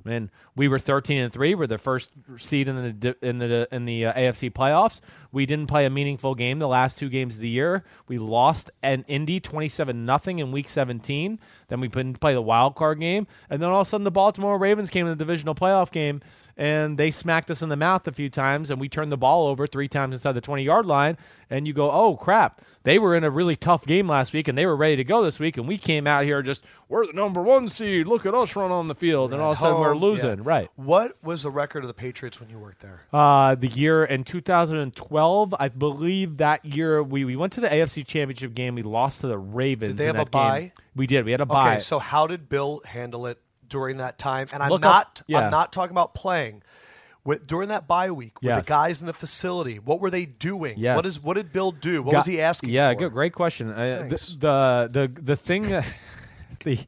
S3: And we were 13 and three. We're the first seed in the di- in the in the uh, AFC playoffs. We didn't play a meaningful game the last two games of the year. We lost an Indy 27 nothing in Week 17. Then we couldn't play the wild card game, and then all of a sudden the Baltimore Ravens came in the divisional playoff game and they smacked us in the mouth a few times and we turned the ball over three times inside the 20 yard line and you go oh crap they were in a really tough game last week and they were ready to go this week and we came out here just we're the number one seed look at us run on the field and all of a sudden we're
S1: Home,
S3: losing
S1: yeah.
S3: right
S1: What was the record of the Patriots when you worked there?
S3: uh, the year in 2012 i believe that year we, we went to the afc championship game we lost to the ravens
S1: Did they
S3: in
S1: have a
S3: that game.
S1: bye?
S3: we did we had a bye
S1: Okay, so how did Bill handle it during that time? And I'm
S3: Look
S1: not
S3: up- yeah.
S1: I'm not talking about playing. With, during that bye week, were
S3: Yes.
S1: the guys in the facility? What were they doing?
S3: Yes.
S1: What is what did Bill do? What
S3: Got-
S1: was he asking?
S3: Yeah,
S1: for?
S3: good, great question. Uh,
S1: Thanks.
S3: th- the the the thing, that- the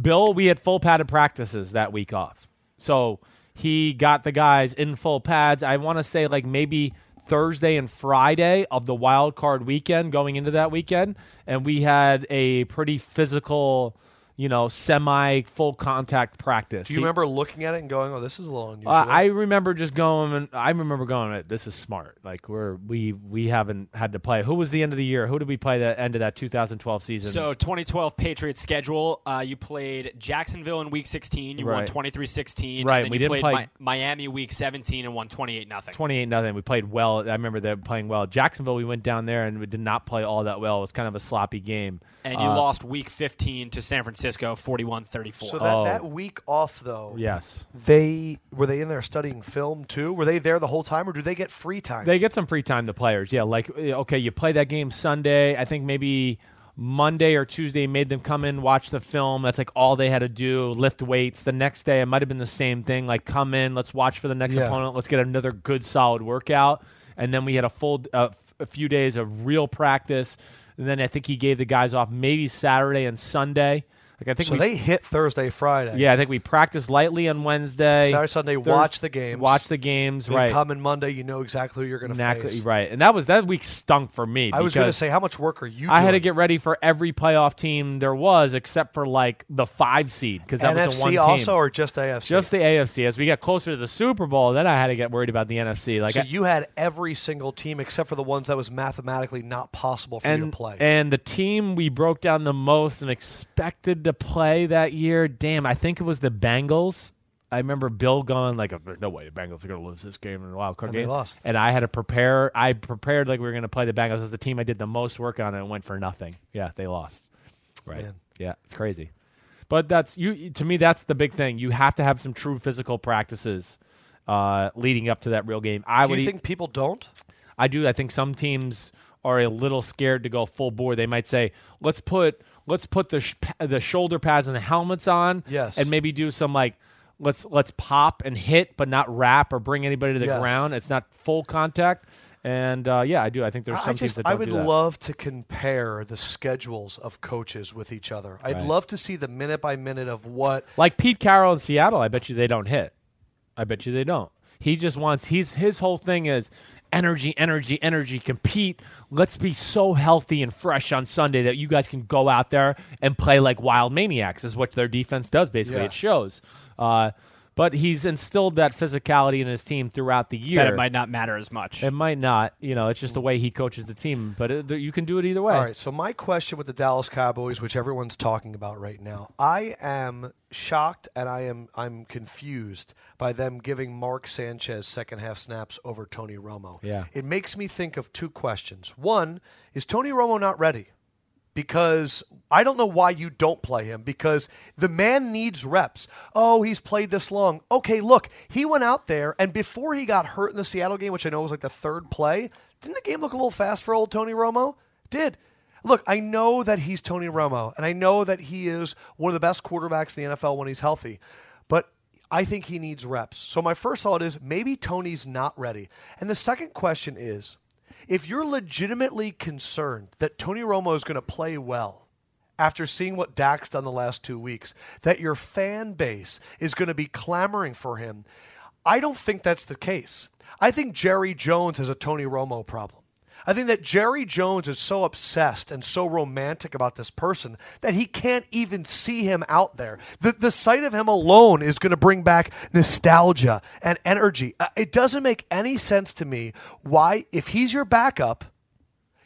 S3: Bill, we had full padded practices that week off, so he got the guys in full pads. I want to say like maybe Thursday and Friday of the wild card weekend going into that weekend, and we had a pretty physical, you know, semi full contact practice.
S1: Do you
S3: He-
S1: remember looking at it and going, "Oh, this is a little unusual"?
S3: uh, I remember just going and I remember going. This is smart. Like we're we we haven't had to play. Who was the end of the year? Who did we play the end of that 2012 season?
S2: So 2012 Patriots schedule. Uh, you played Jacksonville in Week 16. You
S3: Right.
S2: won 23-16.
S3: Right,
S2: And then
S3: we
S2: you
S3: didn't
S2: played
S3: play-
S2: Mi- Miami Week 17 and won 28 nothing.
S3: 28 nothing. We played well. I remember them playing well. Jacksonville. We went down there and we did not play all that well. It was kind of a sloppy game.
S2: And you
S3: Uh,
S2: lost Week 15 to San Francisco 41-34.
S1: so that,
S3: Oh.
S1: that week off though,
S3: Yes.
S1: they were they in there studying film too? Were they there the whole time, or do they get free time?
S3: They get some free time, the players. Yeah, like eh, okay, you play that game Sunday. I think maybe Monday or Tuesday made them come in, watch the film. That's like all they had to do. Lift weights. The next day, it might have been the same thing. Like come in, let's watch for the next
S1: Yeah.
S3: opponent. Let's get another good solid workout. And then we had a full uh, f- a few days of real practice. And then I think he gave the guys off maybe Saturday and Sunday. Like I think
S1: so
S3: we,
S1: they hit Thursday, Friday.
S3: yeah, I think we practiced lightly on Wednesday,
S1: Saturday, Sunday,
S3: Thurs-
S1: watch the games.
S3: watch the games,
S1: Then
S3: right?
S1: Coming Monday, you know exactly who you're going to
S3: Exactly
S1: face.
S3: right, and that was that week stunk for me.
S1: I was going to
S3: because-
S1: say, how much work are you?
S3: I had to
S1: doing?
S3: get ready for every playoff team there was, except for like the five seed because that
S1: NFC
S3: was the one team.
S1: also, or just AFC?
S3: just the AFC. As we got closer to the Super Bowl, then I had to get worried about the NFC. Like,
S1: so
S3: I-
S1: you had every single team except for the ones that was mathematically not possible for you
S3: and
S1: to play.
S3: and the team we broke down the most and expected to play that year. Damn, I think it was the Bengals. I remember Bill going like, "There's no way the Bengals are going to lose this game in the wild card
S1: And they
S3: game."
S1: lost.
S3: and I had to prepare. I prepared like we were going to play the Bengals as the team I did the most work on, and it went for nothing. Yeah, they lost. Right.
S1: Man.
S3: Yeah, it's crazy. But that's you. To me, that's the big thing. You have to have some true physical practices uh, leading up to that real game. I
S1: do
S3: would.
S1: you
S3: e-
S1: think people don't?
S3: I do. I think some teams are a little scared to go full bore. They might say, "Let's put let's put the sh- pa- the shoulder pads and the helmets on,
S1: Yes.
S3: and maybe do some like." Let's let's pop and hit, but not wrap or bring anybody to the
S1: Yes.
S3: ground. It's not full contact, and uh, yeah, I do. I think there's
S1: I
S3: some
S1: I
S3: teams
S1: just
S3: that don't
S1: I would
S3: do that.
S1: love to compare the schedules of coaches with each other. I'd
S3: Right.
S1: love to see the minute by minute of what
S3: Like Pete Carroll in Seattle, I bet you they don't hit. I bet you they don't. He just wants he's his whole thing is energy, energy, energy, compete. Let's be so healthy and fresh on Sunday that you guys can go out there and play like wild maniacs is what their defense does basically.
S1: Yeah.
S3: It shows. Uh, but he's instilled that physicality in his team throughout the year.
S2: that it might not matter as much.
S3: It might not, you know, it's just the way he coaches the team, but it, you can do it either way.
S1: All right. So my question with the Dallas Cowboys, which everyone's talking about right now, I am shocked and I am I'm confused by them giving Mark Sanchez second half snaps over Tony Romo.
S3: Yeah.
S1: It makes me think of two questions. One is Tony Romo not ready? Because I don't know why you don't play him because the man needs reps. Oh, he's played this long. Okay, look, he went out there and before he got hurt in the Seattle game, which I know was like the third play, didn't the game look a little fast for old Tony Romo? Did. Look, I know that he's Tony Romo and I know that he is one of the best quarterbacks in the NFL when he's healthy, but I think he needs reps. So my first thought is maybe Tony's not ready. And the second question is if you're legitimately concerned that Tony Romo is going to play well after seeing what Dak's done the last two weeks, that your fan base is going to be clamoring for him, I don't think that's the case. I think Jerry Jones has a Tony Romo problem. I think that Jerry Jones is so obsessed and so romantic about this person that he can't even see him out there. The, the sight of him alone is going to bring back nostalgia and energy. Uh, It doesn't make any sense to me why, if he's your backup,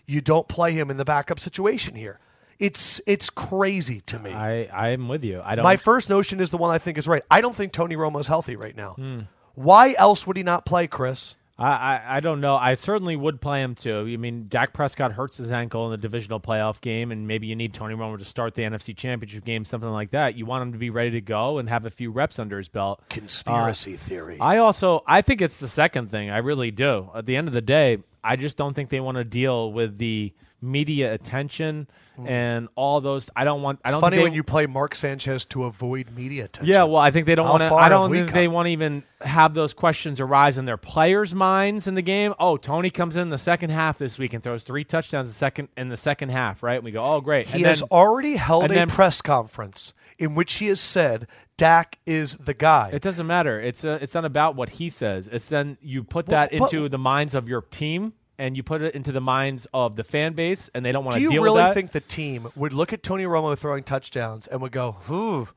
S1: you don't play him in the backup situation here. It's it's crazy to me.
S3: I I'm with you. I don't.
S1: My first notion is the one I think is right. I don't think Tony Romo's healthy right now.
S3: Hmm.
S1: Why else would he not play, Chris?
S3: I, I I don't know. I certainly would play him too. I mean, Dak Prescott hurts his ankle in the divisional playoff game, and maybe you need Tony Romo to start the NFC Championship game, something like that. You want him to be ready to go and have a few reps under his belt.
S1: Conspiracy
S3: Uh,
S1: theory.
S3: I also I think it's the second thing. I really do. At the end of the day, I just don't think they want to deal with the media attention and all those. I don't want. I
S1: Hmm. It's
S3: don't.
S1: funny
S3: think they,
S1: when you play Mark Sanchez to avoid media attention.
S3: Yeah, well, I think they don't
S1: How
S3: want to.
S1: far
S3: I
S1: have
S3: don't
S1: we
S3: think
S1: come?
S3: they want to even have those questions arise in their players' minds in the game. Oh, Tony comes in the second half this week and throws three touchdowns the second in the second half, right? And we go, oh, great.
S1: he
S3: and
S1: has
S3: then
S1: already held
S3: and
S1: a
S3: then-
S1: press conference in which he has said Dak is the guy.
S3: it doesn't matter. It's uh it's not about what he says. It's then you put
S1: Well,
S3: that
S1: but-
S3: into the minds of your team and you put it into the minds of the fan base, and they don't want
S1: Do
S3: to
S1: you
S3: deal
S1: really
S3: with that.
S1: think the team would look at Tony Romo throwing touchdowns and would go, "Ooh,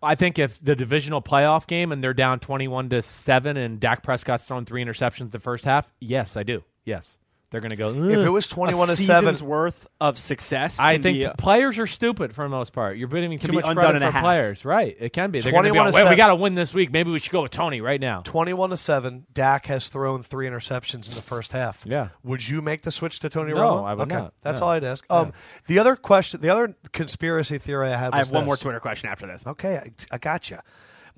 S3: I think if the divisional playoff game and they're down twenty-one to seven, and Dak Prescott's thrown three interceptions the first half, yes, I do. Yes, they're going to go.
S1: if
S3: "Ugh."
S1: it was twenty-one
S2: a
S1: to seven,
S2: season's worth of success.
S3: I
S2: can
S3: think
S2: be,
S3: the players are stupid for the most part. You're putting too
S2: be
S3: much
S2: undone
S3: credit
S2: in a
S3: for
S2: half.
S3: players, right? It can be. They're going to be.
S1: 21
S3: Like,
S1: to
S3: "Wait, we
S1: seven."
S3: got to win this week. Maybe we should go with Tony right now.
S1: 21 to 7, Dak has thrown three interceptions in the first half.
S3: Yeah.
S1: Would you make the switch to Tony
S3: No,
S1: Romo?
S3: I would
S1: okay.
S3: not.
S1: That's
S3: No.
S1: all I'd ask. Um, The other question, the other conspiracy theory I had was
S2: I have one
S1: this.
S2: more Twitter question after this.
S1: Okay, I, I gotcha.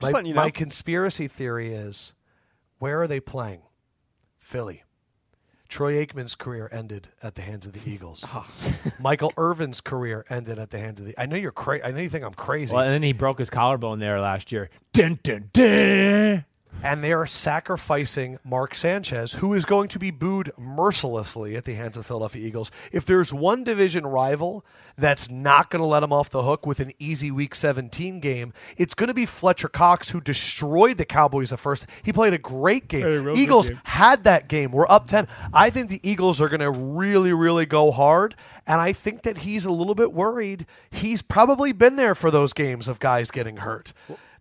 S1: My,
S2: letting you
S1: my
S2: know.
S1: conspiracy theory is where are they playing? Philly. Troy Aikman's career ended at the hands of the Eagles.
S2: Oh.
S1: Michael Irvin's career ended at the hands of the. I know you're crazy. I know you think I'm crazy.
S3: Well, and then he broke his collarbone there last year. Dun, dun, dun.
S1: and they are sacrificing Mark Sanchez, who is going to be booed mercilessly at the hands of the Philadelphia Eagles. If there's one division rival that's not going to let him off the hook with an easy Week 17 game, it's going to be Fletcher Cox, who destroyed the Cowboys the first. He played a great game. Eagles had that game. We're up 10. I think the Eagles are going to really, really go hard. And I think that he's a little bit worried. He's probably been there for those games of guys getting hurt.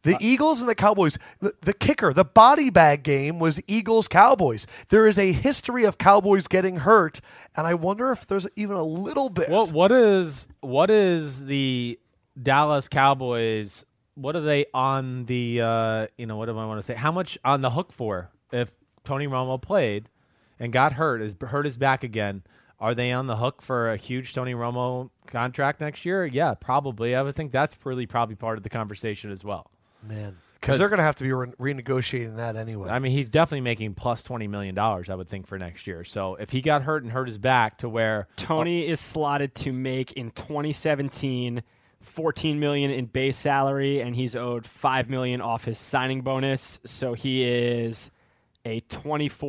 S1: The Eagles and the Cowboys, the, the kicker, the body bag game was Eagles Cowboys. There is a history of Cowboys getting hurt, and I wonder if there's even a little bit.
S3: What what is what is the Dallas Cowboys? What are they on the? Uh, you know, what do I want to say? How much on the hook for if Tony Romo played and got hurt? Is hurt his back again? Are they on the hook for a huge Tony Romo contract next year? Yeah, probably. I would think that's really probably part of the conversation as well.
S1: man, because they're going to have to be re- renegotiating that anyway.
S3: I mean, he's definitely making plus twenty million dollars. I would think for next year. So if he got hurt and hurt his back to where
S2: Tony is slotted to make in 2017 14 million in base salary and he's owed 5 million off his signing bonus, so he is a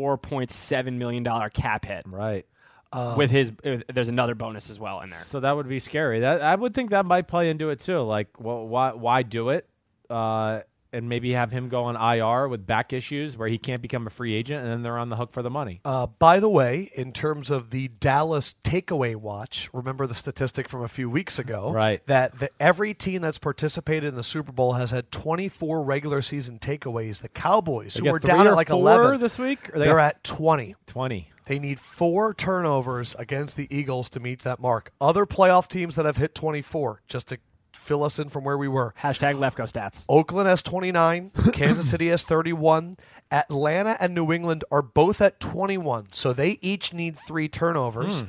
S2: 24.7 million dollar cap hit
S3: right.
S1: Oh.
S2: with his uh, there's another bonus as well in there.
S3: So that would be scary. That I would think that might play into it too. Like, wh- why why do it? Uh, and maybe have him go on IR with back issues where he can't become a free agent, and then they're on the hook for the money.
S1: Uh, by the way, in terms of the Dallas takeaway watch, remember the statistic from a few weeks ago,
S3: Right.
S1: That the, every team that's participated in the Super Bowl has had 24 regular season takeaways. The Cowboys,
S3: They
S1: who
S3: got
S1: were
S3: three
S1: down
S3: or
S1: at like
S3: four
S1: 11
S3: this week. Or they
S1: they're
S3: got
S1: at 20.
S3: twenty.
S1: They need four turnovers against the Eagles to meet that mark. Other playoff teams that have hit 24, just to fill us in from where we were.
S2: Hashtag Lefko stats.
S1: Oakland has 29, Kansas City has 31, Atlanta and New England are both at 21, so they each need three turnovers.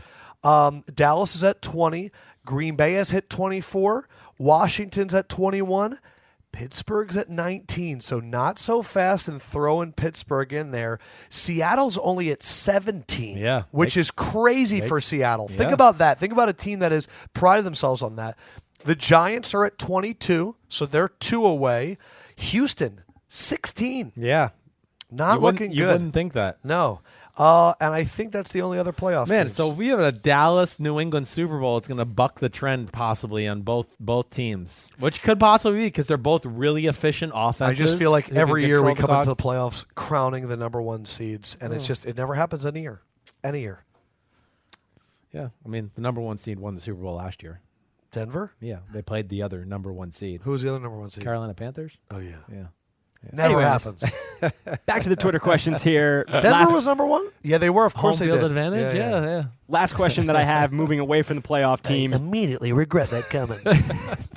S1: Um, Dallas is at 20, Green Bay has hit 24, Washington's at 21, Pittsburgh's at 19, so not so fast and throwing Pittsburgh in there. Seattle's only at 17,
S3: Yeah.
S1: which is crazy for Seattle. Think
S3: yeah.
S1: about that. Think about a team that has prided themselves on that. The Giants are at 22, so they're two away. Houston, 16.
S3: Yeah,
S1: Not
S3: you
S1: looking
S3: wouldn't, you
S1: good.
S3: wouldn't think that.
S1: No. Uh, and I think that's the only other playoff
S3: Man,
S1: teams.
S3: so if we have a Dallas New England Super Bowl. It's going to buck the trend possibly on both both teams, which could possibly be because they're both really efficient offenses.
S1: I just feel like
S3: who can
S1: every year we
S3: control
S1: come into
S3: the
S1: the
S3: clock.
S1: playoffs crowning the number one seeds, and it's just, it never happens any year. Any year.
S3: Yeah, I mean the number one seed won the Super Bowl last year.
S1: Denver?
S3: Yeah, they played the other number one seed,
S1: Who was the other number one seed?
S3: Carolina Panthers.
S1: Oh, yeah.
S3: Yeah,
S1: Never
S2: Anyways.
S1: happens.
S2: Back to the Twitter questions here.
S1: Oh. Denver
S2: Last-
S1: was number one? Yeah, they were. Of
S3: home
S1: course they
S3: field
S1: did.
S3: advantage. Yeah, yeah.
S2: last question that I have moving away from the playoff teams,
S4: Immediately regret that coming.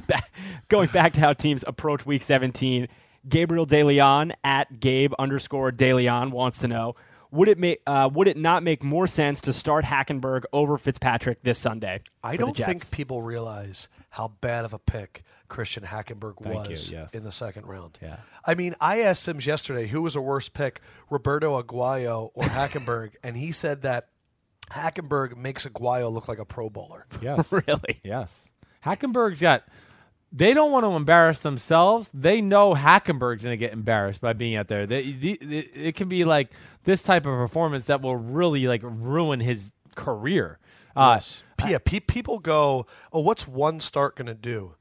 S2: ba- going back to how teams approach week 17. Gabriel DeLeon at Gabe underscore DeLeon wants to know would it make uh, would it not make more sense to start Hackenberg over Fitzpatrick this Sunday?
S1: I
S2: for
S1: don't
S2: the
S1: think
S2: Jets?
S1: people realize how bad of a pick Christian Hackenberg
S3: Thank you,
S1: was
S3: yes.
S1: in the second round.
S3: Yeah.
S1: I mean, I asked Sims yesterday who was a worse pick, Roberto Aguayo or Hackenberg, and he said that Hackenberg makes Aguayo look like a pro bowler.
S3: Yes.
S2: really.
S3: Yes. Hackenberg's got. They don't want to embarrass themselves. They know Hackenberg's going to get embarrassed by being out there. They, the- the- it can be like this type of performance that will really like ruin his career. Uh,
S1: P- yeah, pe- people go, "Oh, what's one start going to do?"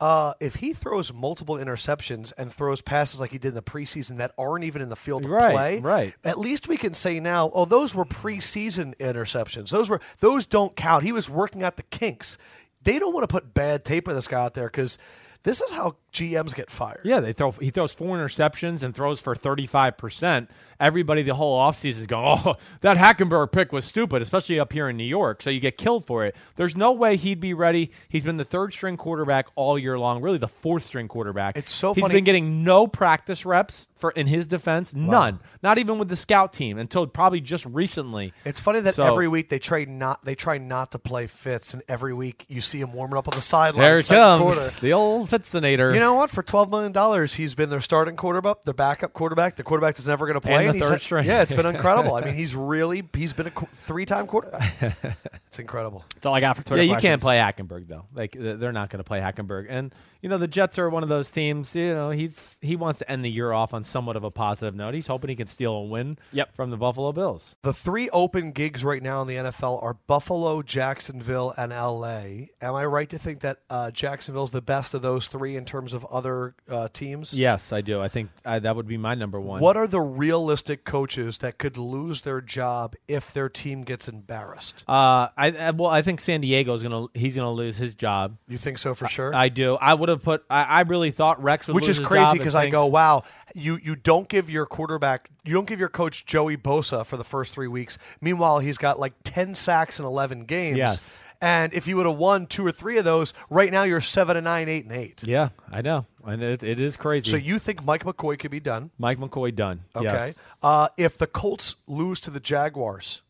S1: Uh, if he throws multiple interceptions and throws passes like he did in the preseason that aren't even in the field of
S3: Right,
S1: play,
S3: right.
S1: At least we can say now, "Oh, those were preseason interceptions. Those were those don't count." He was working out the kinks. They don't want to put bad tape of this guy out there because this is how GMs get fired.
S3: Yeah, they throw. He throws four interceptions and throws for thirty five percent. Everybody the whole offseason is going, "Oh, that Hackenberg pick was stupid," especially up here in New York. So you get killed for it. There's no way he'd be ready. He's been the third string quarterback all year long, really the fourth string quarterback.
S1: It's so
S3: He's
S1: funny.
S3: been getting no practice reps for in his defense, none, not even with the scout team until probably just recently.
S1: It's funny that
S3: So-
S1: every week they try not they try not to play Fitz, and every week you see him warming up on the sideline.
S3: there it
S1: second
S3: comes
S1: quarter.
S3: the old Fitzinator.
S1: You know what? For twelve million dollars, he's been their starting quarterback, their backup quarterback, the quarterback that's never going to play.
S3: And the
S1: he's
S3: third
S1: had-
S3: string.
S1: Yeah, it's been incredible. I mean, he's really he's been a qu- three-time quarterback. it's incredible.
S2: That's all I got for Twitter.
S3: Yeah, you
S2: questions.
S3: can't play Hackenberg though. Like th- they're not going to play Hackenberg, and you know the Jets are one of those teams. You know he's he wants to end the year off on somewhat of a positive note. He's hoping he can steal a win
S2: Yep.
S3: from the Buffalo Bills.
S1: The three open gigs right now in the NFL are Buffalo, Jacksonville, and LA. Am I right to think that uh, Jacksonville's the best of those three in terms of other uh, teams?
S3: Yes, I do. I think I, that would be my number one.
S1: What are the realistic coaches that could lose their job if their team gets embarrassed?
S3: Uh, I, I well, I think San Diego's gonna he's gonna lose his job.
S1: You think so for sure?
S3: I do. I would have put. I, I really thought Rex would,
S1: which
S3: lose
S1: is
S3: his
S1: crazy
S3: job. It
S1: because I
S3: stinks.
S1: go, wow, you you don't give your quarterback, you don't give your coach Joey Bosa for the first three weeks. Meanwhile, he's got like ten sacks in eleven games.
S3: Yes.
S1: And if you would have won two or three of those, right now you're seven and nine, eight and eight.
S3: Yeah, I know, and it, it is crazy.
S1: So you think Mike McCoy could be done?
S3: Mike McCoy done.
S1: Okay.
S3: Yes.
S1: Uh, if the Colts lose to the Jaguars,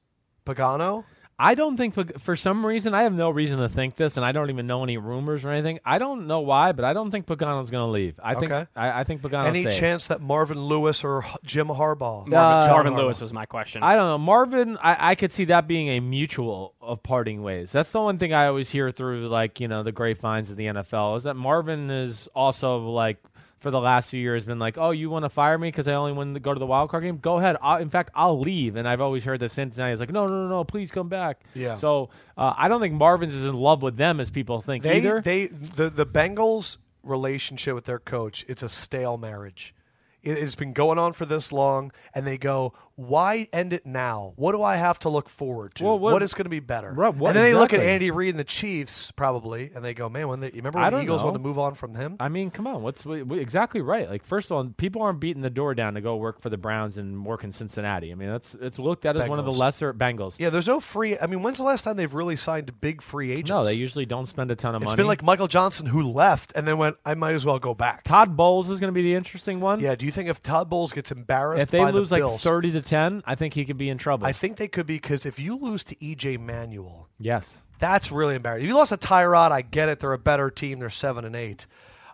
S1: Pagano.
S3: I don't think Pag- for some reason I have no reason to think this, and I don't even know any rumors or anything. I don't know why, but I don't think Pagano's going to leave. I think
S1: Okay.
S3: I, I think Pagano's
S1: Any
S3: safe.
S1: chance that Marvin Lewis or H- Jim
S3: Uh,
S1: Harbaugh?
S2: Marvin,
S1: John
S2: Marvin
S1: Harbaugh.
S2: Lewis was my question.
S3: I don't know, Marvin. I, I could see that being a mutual of parting ways. That's the one thing I always hear through like you know the grapevines of the NFL is that Marvin is also like for the last few years been like, oh, you want to fire me because I only want to go to the wild card game? Go ahead. i in fact, I'll leave. And I've always heard that Cincinnati is like, no, no, no, no, please come back.
S1: Yeah.
S3: So uh, I don't think Marvin's is in love with them as people think
S1: They
S3: either.
S1: they the the Bengals relationship with their coach, it's a stale marriage. It, has been going on for this long, and they go, "Why end it now? What do I have to look forward to?
S3: Well, what-
S1: what is going to be better?"
S3: Right, what
S1: and then they look at
S3: exactly?
S1: Andy Reid and the Chiefs probably, and they go, "Man, when they, you remember
S3: I
S1: when the
S3: don't
S1: Eagles
S3: know.
S1: wanted to move on from him?"
S3: I mean, come on. What's we, we- exactly right? Like, first of all, people aren't beating the door down to go work for the Browns and work in Cincinnati. I mean, that's it's looked at as one of the
S1: Bengals.
S3: lesser Bengals.
S1: yeah, there's no free. I mean, when's the last time they've really signed big free agents?
S3: No, they usually don't spend a ton of
S1: It's
S3: money.
S1: been like Michael Johnson who left and then went, "I might as well go back."
S3: Todd Bowles is going to be the interesting one.
S1: Yeah, do you think if Todd Bowles gets embarrassed
S3: If they
S1: by
S3: lose
S1: the
S3: like
S1: Bills,
S3: thirty to ten, I think he could be in trouble.
S1: I think they could be because if you lose to EJ Manuel,
S3: yes.
S1: that's really embarrassing. If you lost to Tyrod, I get it. They're a better team. They're seven and eight.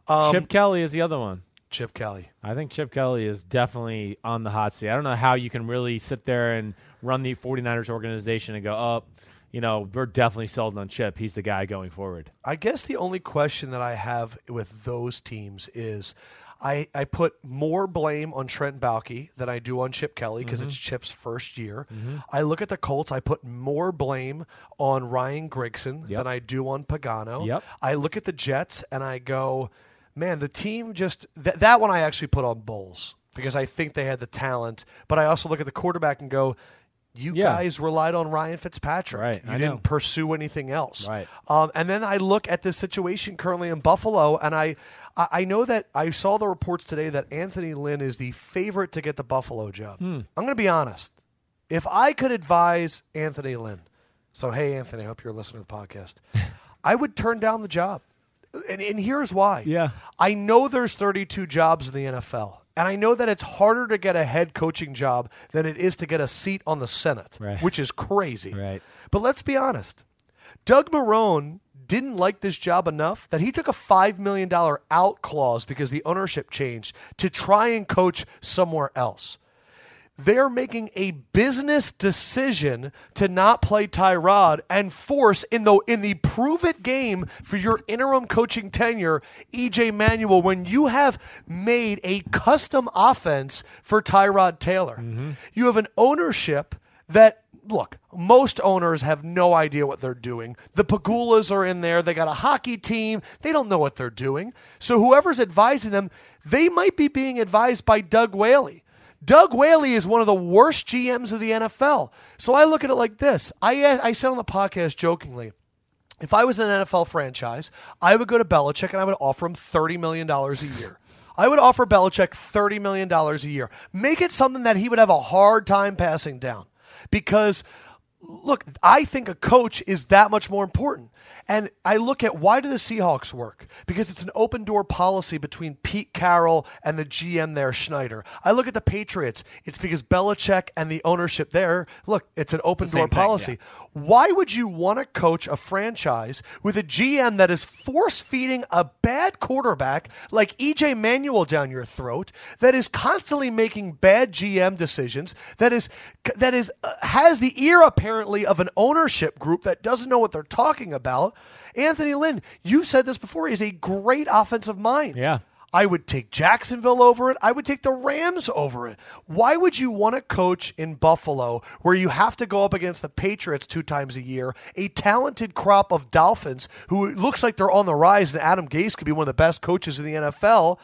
S1: Um,
S3: Chip Kelly is the other one.
S1: Chip Kelly.
S3: I think Chip Kelly is definitely on the hot seat. I don't know how you can really sit there and run the 49ers organization and go, oh, you know, we're definitely sold on Chip. He's the guy going forward.
S1: I guess the only question that I have with those teams is I, I put more blame on Trent Baalke than I do on Chip Kelly because
S3: Mm-hmm.
S1: it's Chip's first year. I look at the Colts, I put more blame on Ryan Grigson than I do on Pagano.
S3: Yep.
S1: I look at the Jets and I go, man, the team just th- that one I actually put on Bulls because I think they had the talent, but I also look at the quarterback and go, You
S3: Yeah.
S1: guys relied on Ryan Fitzpatrick.
S3: Right,
S1: You
S3: I
S1: didn't
S3: know.
S1: pursue anything else.
S3: Right.
S1: Um, and then I look at this situation currently in Buffalo, and I, I I know that I saw the reports today that Anthony Lynn is the favorite to get the Buffalo job.
S3: Hmm.
S1: I'm going to be honest. If I could advise Anthony Lynn, so hey, Anthony, I hope you're listening to the podcast, I would turn down the job. And, and here's why.
S3: Yeah.
S1: I know there's 32 jobs in the NFL, and I know that it's harder to get a head coaching job than it is to get a seat on the Senate,
S3: Right.
S1: which is crazy.
S3: Right.
S1: But let's be honest. Doug Marone didn't like this job enough that he took a $5 million out clause because the ownership changed to try and coach somewhere else. They're making a business decision to not play Tyrod and force in the in the prove it game for your interim coaching tenure, EJ Manuel, when you have made a custom offense for Tyrod Taylor. You have an ownership that look, most owners have no idea what they're doing. The Pagulas are in there. They got a hockey team. They don't know what they're doing. So whoever's advising them, they might be being advised by Doug Whaley. Doug Whaley is one of the worst GMs of the NFL. So I look at it like this. I, I said on the podcast jokingly, if I was an NFL franchise, I would go to Belichick and I would offer him $30 million a year. I would offer Belichick $30 million a year. Make it something that he would have a hard time passing down. Because, look, I think a coach is that much more important. And I look at why do the Seahawks work? Because it's an open door policy between Pete Carroll and the GM there, Schneider. I look at the Patriots. It's because Belichick and the ownership there, look, it's an open door
S2: same thing, yeah.
S1: policy. Why would you want to coach a franchise with a GM that is force feeding a bad quarterback like EJ Manuel down your throat? That is constantly making bad GM decisions. That is that is uh, has the ear apparently of an ownership group that doesn't know what they're talking about. Anthony Lynn, you said this before. He is a great offensive mind.
S3: Yeah.
S1: I would take Jacksonville over it. I would take the Rams over it. Why would you want to coach in Buffalo where you have to go up against the Patriots two times a year, a talented crop of Dolphins who it looks like they're on the rise and Adam Gase could be one of the best coaches in the NFL?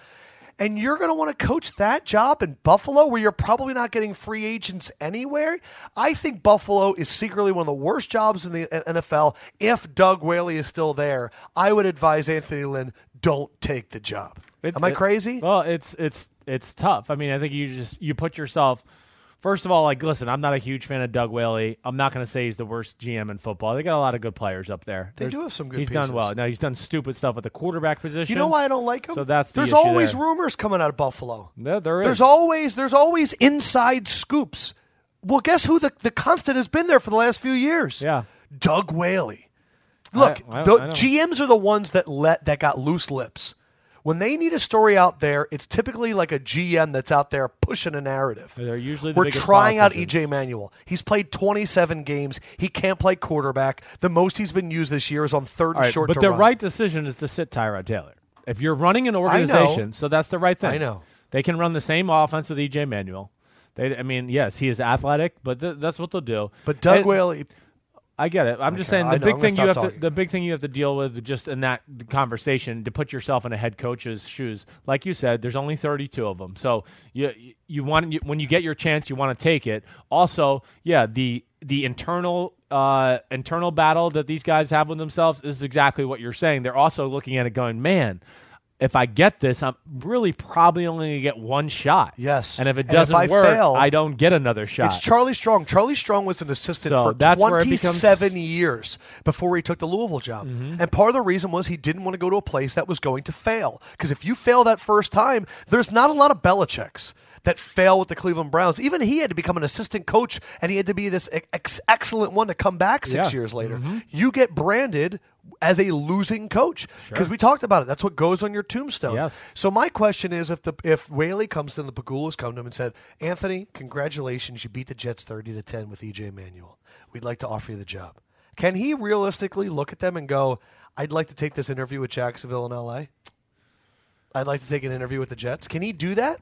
S1: And you're going to want to coach that job in Buffalo where you're probably not getting free agents anywhere? I think Buffalo is secretly one of the worst jobs in the uh, NFL. If Doug Whaley is still there, I would advise Anthony Lynn don't take the job.
S3: It's-
S1: Am I
S3: it-
S1: crazy?
S3: uh, Well, it's it's it's tough. I mean, I think you just you put yourself first of all like listen, I'm not a huge fan of Doug Whaley. I'm not going to say he's the worst GM in football. They got a lot of good players up there.
S1: They do have some good
S3: He's
S1: pieces.
S3: done well. Now he's done stupid stuff at the quarterback position.
S1: you know why I don't like him?
S3: So that's the
S1: there's
S3: issue
S1: always
S3: there.
S1: rumors coming out of Buffalo.
S3: No, there is.
S1: There's always there's always inside scoops. Well, guess who the the constant has been there for the last few years?
S3: Yeah.
S1: Doug Whaley. Look,
S3: I- I
S1: the
S3: know.
S1: GMs are the ones that let that got loose lips. When they need a story out there, it's typically like a GM that's out there pushing a narrative.
S3: They're usually the
S1: We're
S3: biggest
S1: trying out E
S3: politicians.
S1: EJ Manuel. He's played 27 games. He can't play quarterback. The most he's been used this year is on third
S3: All
S1: and
S3: right,
S1: short.
S3: but
S1: to
S3: the
S1: run.
S3: right decision is to sit Tyrod Taylor. If you're running an organization, so that's the right thing.
S1: I know.
S3: They can run the same offense with EJ Manuel. They, I mean, yes, he is athletic, but th- that's what they'll do.
S1: But Doug
S3: And-
S1: Whaley,
S3: I get it. I'm just
S1: Okay,
S3: saying
S1: I
S3: the
S1: know. I'm
S3: big
S1: gonna
S3: thing
S1: stop
S3: you have
S1: talking.
S3: to the big thing you have to deal with just in that conversation to put yourself in a head coach's shoes. Like you said, there's only 32 of them, so you you want you, when you get your chance, you want to take it. Also, yeah, the the internal uh, internal battle that these guys have with themselves is exactly what you're saying. They're also looking at it going, man. If I get this, I'm really probably only going to get one shot.
S1: Yes.
S3: And if it
S1: And if
S3: doesn't
S1: I
S3: work,
S1: fail,
S3: I don't get another shot.
S1: It's Charlie Strong. Charlie Strong was an assistant
S3: So
S1: for
S3: that's where it becomes- Mm-hmm.
S1: 27 years before he took the Louisville job. And part of the reason was he didn't want to go to a place that was going to fail. Because if you fail that first time, there's not a lot of Belichick's that fail with the Cleveland Browns. Even he had to become an assistant coach and he had to be this e-, ex- excellent one to come back six
S3: Yeah. Mm-hmm.
S1: years later. You get branded as a losing coach because we talked about it. That's what goes on your tombstone.
S3: Yes.
S1: So my question is, if the if Whaley comes to him, the Pagulas come to him and said, "Anthony, congratulations, you beat the Jets thirty to ten with EJ Manuel. We'd like to offer you the job." Can he realistically look at them and go, "I'd like to take this interview with Jacksonville and LA. I'd like to take an interview with the Jets." Can he do that?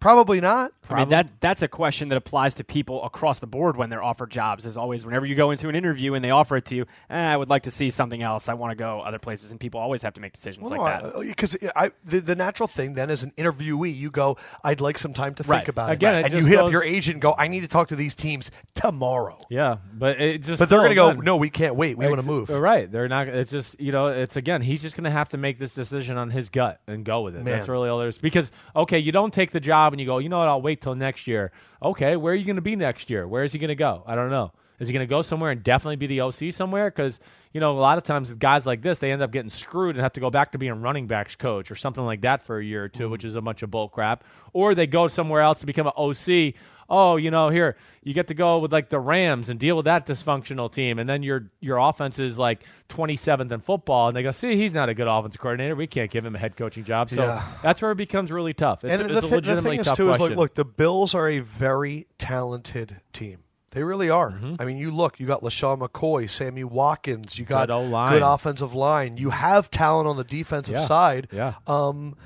S1: Probably not.
S2: I mean that that's a question that applies to people across the board when they're offered jobs. Is always whenever you go into an interview and they offer it to you, eh, I would like to see something else. I want to go other places, and people always have to make decisions like
S3: uh,
S2: that.
S1: because uh, I, the, the natural thing then as an interviewee, you go, "I'd like some time to
S2: Right.
S1: think about
S3: Again,
S1: it,"
S3: it
S1: and you
S3: just
S1: hit up
S3: goes-
S1: your agent, and go, "I need to talk to these teams tomorrow."
S3: Yeah, but it just
S1: But they're
S3: still,
S1: going to go,
S3: again,
S1: "No, we can't wait. We want to
S3: Ex- uh,
S1: move."
S3: Right. They're not. It's just you know. It's again. He's just going to have to make this decision on his gut and go with it. That's
S1: Man.
S3: really all there's because okay, you don't take the job and you go. You know what? I'll wait till next year. Okay, where are you going to be next year? Where is he going to go? I don't know. Is he going to go somewhere and definitely be the OC somewhere? Because you know a lot of times with guys like this, they end up getting screwed and have to go back to being running backs coach or something like that for a year or two, which is a bunch of bull crap. Or they go somewhere else to become an OC. Oh, you know, here you get to go with like the Rams and deal with that dysfunctional team, and then your your offense is like 27th in football, and they go, see, he's not a good offensive coordinator. We can't give him a head coaching job. So
S1: Yeah.
S3: that's where it becomes really tough. It's,
S1: and
S3: it's
S1: the,
S3: a
S1: thi- the
S3: legitimately
S1: thing is
S3: tough
S1: too
S3: question.
S1: is like, look, the Bills are a very talented team. They really are.
S3: Mm-hmm.
S1: I mean, you look, you got LaShawn McCoy, Sammy Watkins, you got
S3: Good old line.
S1: good offensive line. You have talent on the defensive
S3: Yeah.
S1: side.
S3: Yeah.
S1: Um,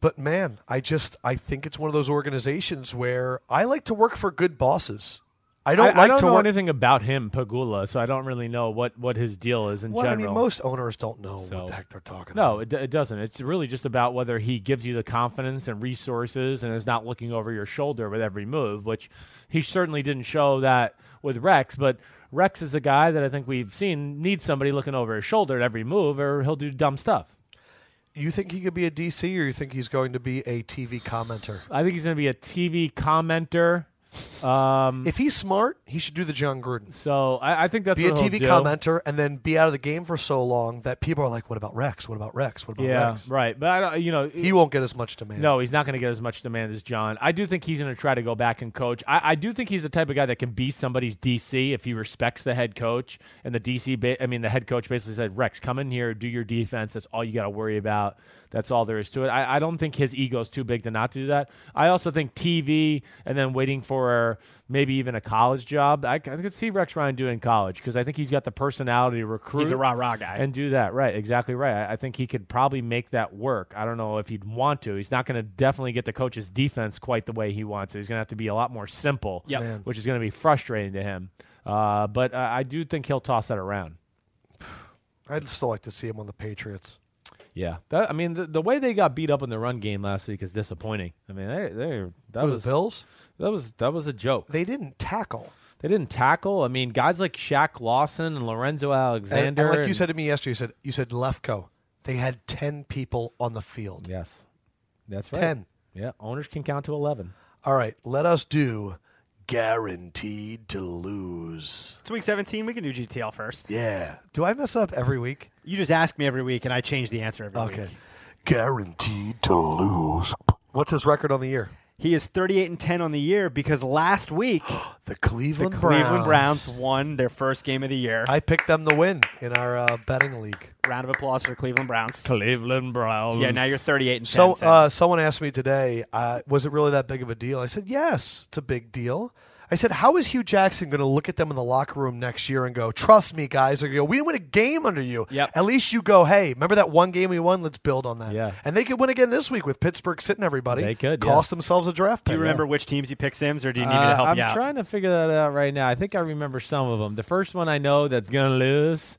S1: but man, I just I think it's one of those organizations where I like to work for good bosses. I don't like
S3: I, I don't
S1: to
S3: know
S1: work
S3: anything about him, Pagula, so I don't really know what, what his deal is in
S1: Well, I
S3: general.
S1: mean, most owners don't know
S3: So-
S1: what the heck they're talking
S3: No,
S1: about.
S3: it, it doesn't. It's really just about whether he gives you the confidence and resources and is not looking over your shoulder with every move, which he certainly didn't show that with Rex. But Rex is a guy that I think we've seen needs somebody looking over his shoulder at every move, or he'll do dumb stuff.
S1: You think he could be a DC, or you think he's going to be a TV commenter?
S3: I think he's going to be a TV commenter. Um,
S1: If he's smart, he should do the John Gruden.
S3: so I, I think that's
S1: be a
S3: what he'll
S1: TV
S3: do.
S1: commenter and then be out of the game for so long that people are like, "What about Rex? What about Rex? What about
S3: Yeah,
S1: Rex?"
S3: right. But I don't, you know,
S1: He won't get as much demand.
S3: No, he's not going to get as much demand as John. I do think he's going to try to go back and coach. I, I do think he's the type of guy that can be somebody's DC if he respects the head coach. And the DC, ba- I mean, the head coach basically said, "Rex, come in here, do your defense. That's all you got to worry about. That's all there is to it." I, I don't think his ego's too big to not do that. I also think TV and then waiting for maybe even a college job. I, c- I could see Rex Ryan doing college because I think he's got the personality to recruit
S2: He's a rah rah guy.
S3: and do that right exactly right I, I think he could probably make that work i don't know if he'd want to he's not going to definitely get the coach's defense quite the way he wants it he's going to have to be a lot more simple
S2: Yep.
S1: Man.
S3: which is going to be frustrating to him uh, but uh, i do think he'll toss that around
S1: I'd still like to see him on the Patriots.
S3: yeah that, i mean the, the way they got beat up in the run game last week is disappointing i mean they, they, that
S1: Who, the
S3: was
S1: Bills?
S3: that was that was a joke
S1: They didn't tackle.
S3: they didn't tackle i mean guys like Shaq lawson and lorenzo alexander
S1: And, and like you said to me yesterday, you said you said Lefko. They had ten people on the field.
S3: yes that's right
S1: Ten.
S3: yeah owners can count to 11
S1: All right, let us do guaranteed to lose.
S2: it's week 17. We can do GTL first.
S1: Yeah. Do I mess it up every week?
S2: You just ask me every week, and I change the answer every
S1: Okay.
S2: week.
S1: Guaranteed to lose. What's his record on the year?
S2: He is 38 and 10 on the year because last week
S1: The
S2: the
S1: Cleveland
S2: Cleveland Browns won their first game of the year.
S1: I picked them to win in our uh, betting league.
S2: Round of applause for the Cleveland Browns.
S3: Cleveland Browns.
S2: Yeah, now you're 38 and 10.
S1: So,
S2: Sam.
S1: uh, someone asked me today, uh, was it really that big of a deal? I said, yes, it's a big deal. I said, how is Hugh Jackson going to look at them in the locker room next year and go, trust me, guys? They're going to go, we didn't win a game under you.
S2: Yep.
S1: At least you go, hey, remember that one game we won? Let's build on that.
S3: Yeah.
S1: And they could win again this week with Pittsburgh sitting everybody.
S3: They could, yeah.
S1: Cost themselves a draft pick.
S2: do you remember which teams you picked, Sims, or do you need me to
S3: Uh,
S2: help
S3: I'm
S2: you out?
S3: trying to figure that out right now. I think I remember some of them. The first one I know that's gonna lose.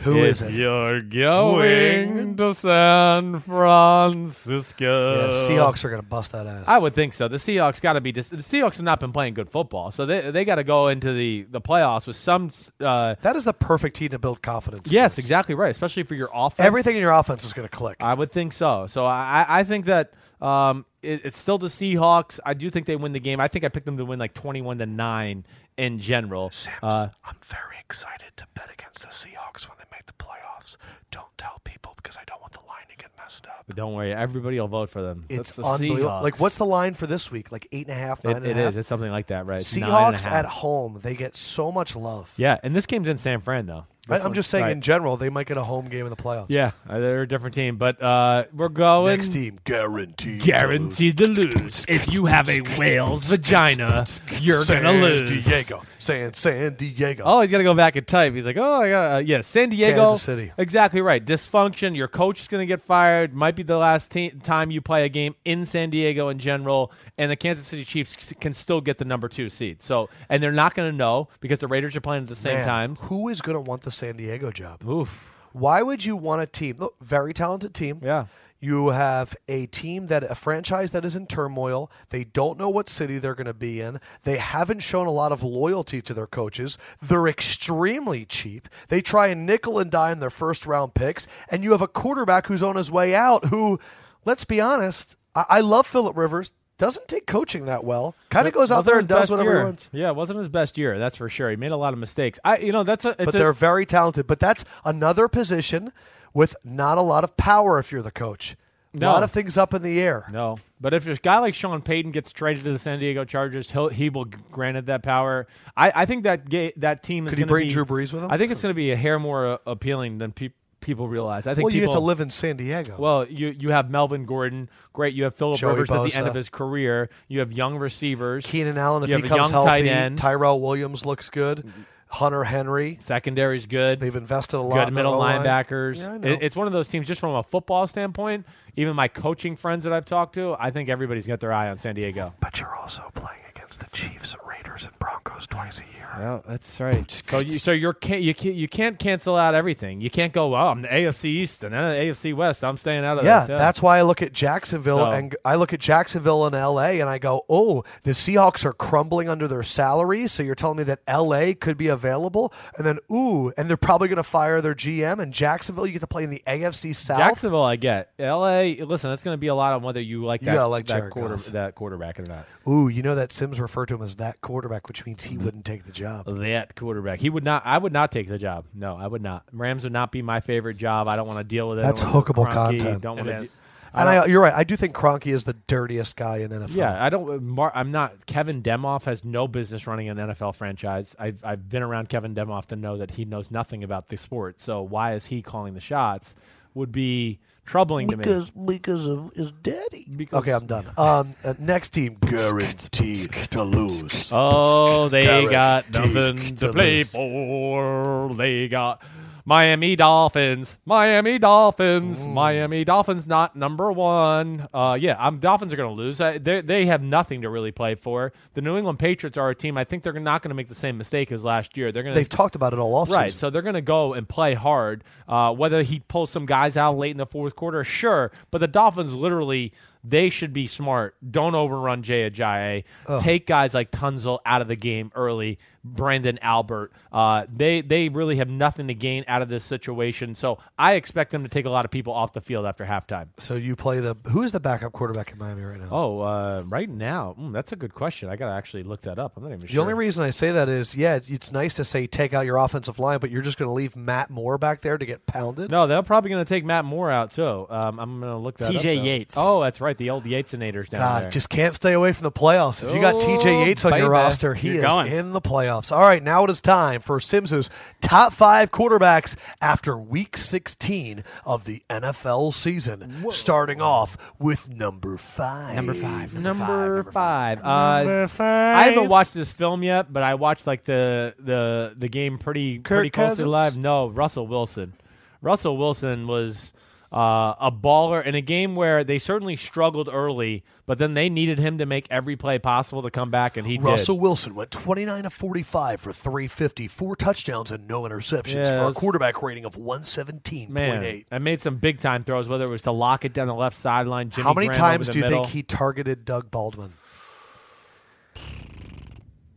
S1: Who is it?
S3: You're going to San Francisco.
S1: Yeah, Seahawks are going to bust that ass.
S3: I would think so. The Seahawks got to be. Dis- the Seahawks have not been playing good football, so they they got to go into the the playoffs with some. Uh,
S1: That is the perfect team to build confidence.
S3: yes,
S1: against.
S3: exactly right. Especially for your offense.
S1: Everything in your offense is going to click.
S3: I would think so. So I, I I think that um, it, it's still the Seahawks. I do think they win the game. I think I picked them to win like twenty-one to nine in general. Uh,
S5: I'm very excited to bet against the Seahawks when they make the playoffs. Don't tell people because I don't want the line to get messed up.
S3: but don't worry, everybody will vote for them. That's
S1: It's
S3: the
S1: unbelievable.
S3: Seahawks.
S1: Like, what's the line for this week? Like eight and a half, nine
S3: It,
S1: and a half.
S3: it is. It's something like that, right? It's nine and a
S1: Seahawks
S3: half.
S1: at home, they get so much love.
S3: Yeah, and this game's in San Fran though.
S1: I,
S3: This
S1: am
S3: one's-
S1: just saying,
S3: right.
S1: in general, they might get a home game in the playoffs.
S3: yeah, uh, they're a different team, but uh, we're going.
S1: Next team, guaranteed. to lose.
S3: Guaranteed to lose. If you have a whale's vagina, you're
S1: San
S3: gonna lose.
S1: Diego. San San Diego.
S3: Oh, he's got to go back and type. He's like, oh, I got, uh, yeah, San Diego.
S1: Kansas City.
S3: Exactly right. Dysfunction. Your coach is going to get get fired. Might be the last te- time you play a game in San Diego in general. And the Kansas City Chiefs c- can still get the number two seed. So, and they're not going to know because the Raiders are playing at the same
S1: Man,
S3: time.
S1: Who is going to want the San Diego job?
S3: Oof.
S1: Why would you want a team? Look, very talented team.
S3: Yeah.
S1: You have a team that a franchise that is in turmoil. They don't know what city they're going to be in. They haven't shown a lot of loyalty to their coaches. They're extremely cheap. They try and nickel and dime their first round picks, and you have a quarterback who's on his way out. Who, let's be honest, I, I love Philip Rivers. Doesn't take coaching that well. Kind of goes out
S3: Wasn't
S1: there
S3: his
S1: and does
S3: best
S1: whatever
S3: year.
S1: he wants.
S3: Yeah, it wasn't his best year. That's for sure. He made a lot of mistakes. I, you know, that's a. It's
S1: but
S3: a-
S1: they're very talented. But that's another position with not a lot of power if you're the coach. A
S3: No.
S1: lot of things up in the air.
S3: No, but if a guy like Sean Payton gets traded to the San Diego Chargers, he'll, he will g- granted that power. I, I think that ga- that team is
S1: Could he
S3: gonna
S1: bring
S3: be-
S1: Drew Brees with him?
S3: I think it's going to be a hair more uh, appealing than peop people realize. I think
S1: Well, you
S3: people,
S1: have to live in San Diego.
S3: Well, you you have Melvin Gordon, great. You have Philip
S1: Joey
S3: Rivers at the end
S1: Bosa.
S3: of his career. You have young receivers.
S1: Keenan Allen, if
S3: you
S1: he
S3: have a
S1: comes
S3: young tight
S1: healthy,
S3: end. Mm-hmm.
S1: Tyrell Williams looks good. Hunter Henry,
S3: Secondary's good.
S1: they've invested a lot.
S3: good
S1: in their
S3: middle
S1: O-line.
S3: linebackers.
S1: Yeah, I know.
S3: It- it's one of those teams, just from a football standpoint. Even my coaching friends that I've talked to, I think everybody's got their eye on San Diego.
S5: But you're also playing against the Chiefs, Raiders, and Broncos twice a year.
S1: Oh,
S3: Yeah, that's right. So you so you're can, you can, you can't cancel out everything. You can't go. Well, I'm the AFC East and uh, AFC West. I'm staying out of
S1: yeah,
S3: this.
S1: that's why I look at Jacksonville
S3: So-
S1: and I look at Jacksonville and LA and I go, "Oh, the Seahawks are crumbling under their salaries, so you're telling me that LA could be available?" And then, "Ooh, and they're probably going to fire their GM and Jacksonville you get to play in the AFC South."
S3: Jacksonville. I get LA. Listen, that's going to be a lot on whether you like
S1: You
S3: that
S1: gotta like
S3: that
S1: Jared
S3: quarter
S1: Goff.
S3: that quarterback or not.
S1: Ooh, you know that Sims referred to him as that quarterback, which means
S3: Mm-hmm.
S1: he wouldn't take the job.
S3: That quarterback. He would not. I would not take the job. No, I would not. Rams would not be my favorite job. I don't want to deal with it. I
S1: That's
S3: don't wanna deal with
S1: hookable
S3: Kroenke.
S1: content.
S3: Don't
S2: It
S3: want to.
S2: is.
S1: And I, you're right. I do think Cronky is the dirtiest guy in NFL.
S3: Yeah, I don't. uh, Mar, I'm not. Kevin Demoff has no business running an NFL franchise. I've, I've been around Kevin Demoff to know that he knows nothing about the sport. So why is he calling the shots? Would be troubling to me.
S4: Because because of his daddy.
S3: Because
S1: Okay, I'm done. Um, uh, next team.
S6: guaranteed to lose.
S3: oh, they
S6: Garrett
S3: got
S6: Teague
S3: nothing to
S6: to
S3: play
S6: lose.
S3: for. They got Miami Dolphins. Miami Dolphins. Miami Dolphins not number one. Uh, yeah, I'm, Dolphins are going to lose. I, they they have nothing to really play for. The New England Patriots are a team. I think they're not going to make the same mistake as last year. They're going to
S1: They've talked about it all offseason.
S3: Right. So they're going to go and play hard. Uh, whether he pulls some guys out late in the fourth quarter, sure. But the Dolphins literally, they should be smart. Don't overrun Jay Ajayi. Take guys like Tunzel out of the game early. Brandon Albert. Uh, they they really have nothing to gain out of this situation. So I expect them to take a lot of people off the field after halftime.
S1: So you play the who is the backup quarterback in Miami right now?
S3: Oh, uh, right now, mm, that's a good question. I got to actually look that up. I'm not even
S1: the
S3: sure.
S1: only reason I say that is, yeah, it's, it's nice to say take out your offensive line, but you're just going to leave Matt Moore back there to get pounded.
S3: No, they're probably going to take Matt Moore out too. Um, I'm going to look that up.
S2: T.J.
S3: though.
S2: Yates.
S3: Oh, that's right, the old Yatesinators down
S1: God,
S3: there.
S1: just can't stay away from the playoffs. If you got
S3: Oh,
S1: TJ Yates on
S3: baby.
S1: your roster, he
S2: You're
S1: is
S2: going.
S1: in the playoffs. All right, now it is time for Sims's top five quarterbacks after Week 16 of the NFL season. Starting off with number five.
S2: Number five.
S3: number five. Uh, I haven't watched this film yet, but I watched like the the the game pretty pretty closely
S1: Cousins?
S3: live. No, Russell Wilson. Russell Wilson was uh, a baller in a game where they certainly struggled early, but then they needed him to make every play possible to come back, and he did.
S1: Russell Wilson went 29 of 45 for 350, four touchdowns and no interceptions
S3: Yeah,
S1: for a
S3: that's-
S1: quarterback rating of 117.8.
S3: Man, I made some big time throws. Whether it was to lock it down the left sideline, Jimmy
S1: How many
S3: Graham over
S1: times
S3: the
S1: do you
S3: middle.
S1: think he targeted Doug Baldwin?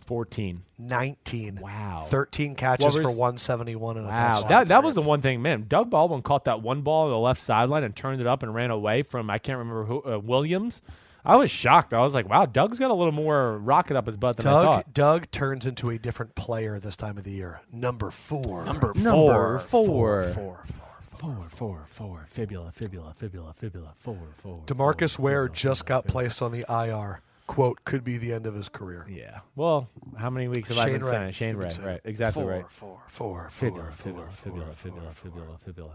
S3: Fourteen.
S1: 19.
S3: Wow.
S1: 13 catches
S3: What
S1: for
S3: was-
S1: 171 and a
S3: Wow,
S1: touchdown.
S3: that, that was the one thing, man. Doug Baldwin caught that one ball on the left sideline and turned it up and ran away from I can't remember who uh, Williams. I was shocked. I was like, wow, Doug's got a little more rocket up his butt than I
S1: Doug,
S3: thought.
S1: Doug turns into a different player this time of the year. Number four. Number
S3: Number four.
S1: Four, four.
S3: Four, four, four, fibula, fibula, fibula, fibula, four, four.
S1: DeMarcus
S3: Oh,
S1: Ware just got placed on the IR. Quote, could be the end of his career.
S3: Yeah. Well, how many weeks have I been saying it? Shane Ray? Right. Exactly
S1: four,
S3: right.
S1: Four, four,
S3: Fibula,
S1: four,
S3: fibula,
S1: four,
S3: fibula,
S1: four,
S3: fibula, fibula, fibula.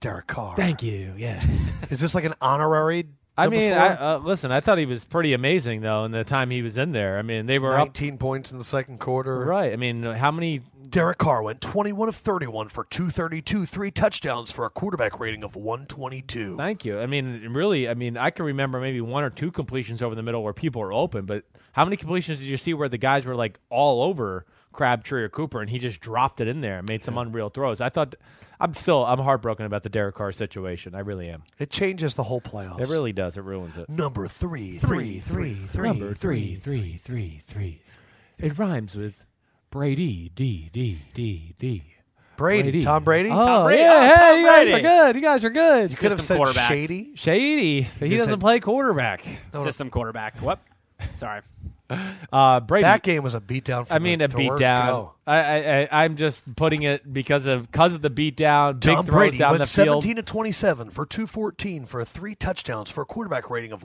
S1: Derek Carr.
S3: Thank you. Yes.
S1: Is this like an honorary?
S3: I
S1: number
S3: mean,
S1: four?
S3: I, uh, listen. I thought he was pretty amazing though in the time he was in there. I mean, they were up
S1: 19 points in the second quarter.
S3: Right. I mean, how many
S1: Derek Carr went 21 of 31 for 232, three touchdowns for a quarterback rating of 122.
S3: Thank you. I mean, really, I mean, I can remember maybe one or two completions over the middle where people were open, but how many completions did you see where the guys were like all over Crabtree or Cooper and he just dropped it in there and made some unreal throws? I thought, I'm still, I'm heartbroken about the Derek Carr situation. I really am.
S1: It changes the whole playoffs.
S3: It really does. It ruins it.
S1: Number three, three, three, three.
S3: Number three, three, three, three. It rhymes with Brady, D, D, D, D.
S1: Brady, Tom Brady.
S3: Oh,
S2: Brady.
S3: yeah.
S2: Oh, Tom
S3: hey, you guys are
S2: Brady.
S3: good. You guys are good.
S1: you could have
S2: system
S1: said
S2: quarterback.
S1: Shady.
S3: Shady, but he
S1: You
S3: doesn't
S1: said-
S3: play quarterback.
S2: System quarterback. What? Sorry.
S3: Uh, Brady.
S1: That game was a beatdown. for
S3: I mean,
S1: the
S3: a
S1: third
S3: beatdown.
S1: go.
S3: I, I, I, I'm just putting it because of because of the beatdown. Big
S1: Tom
S3: throws
S1: Brady
S3: down
S1: went
S3: the field.
S1: 17 to 27 for 214 for three touchdowns for a quarterback rating of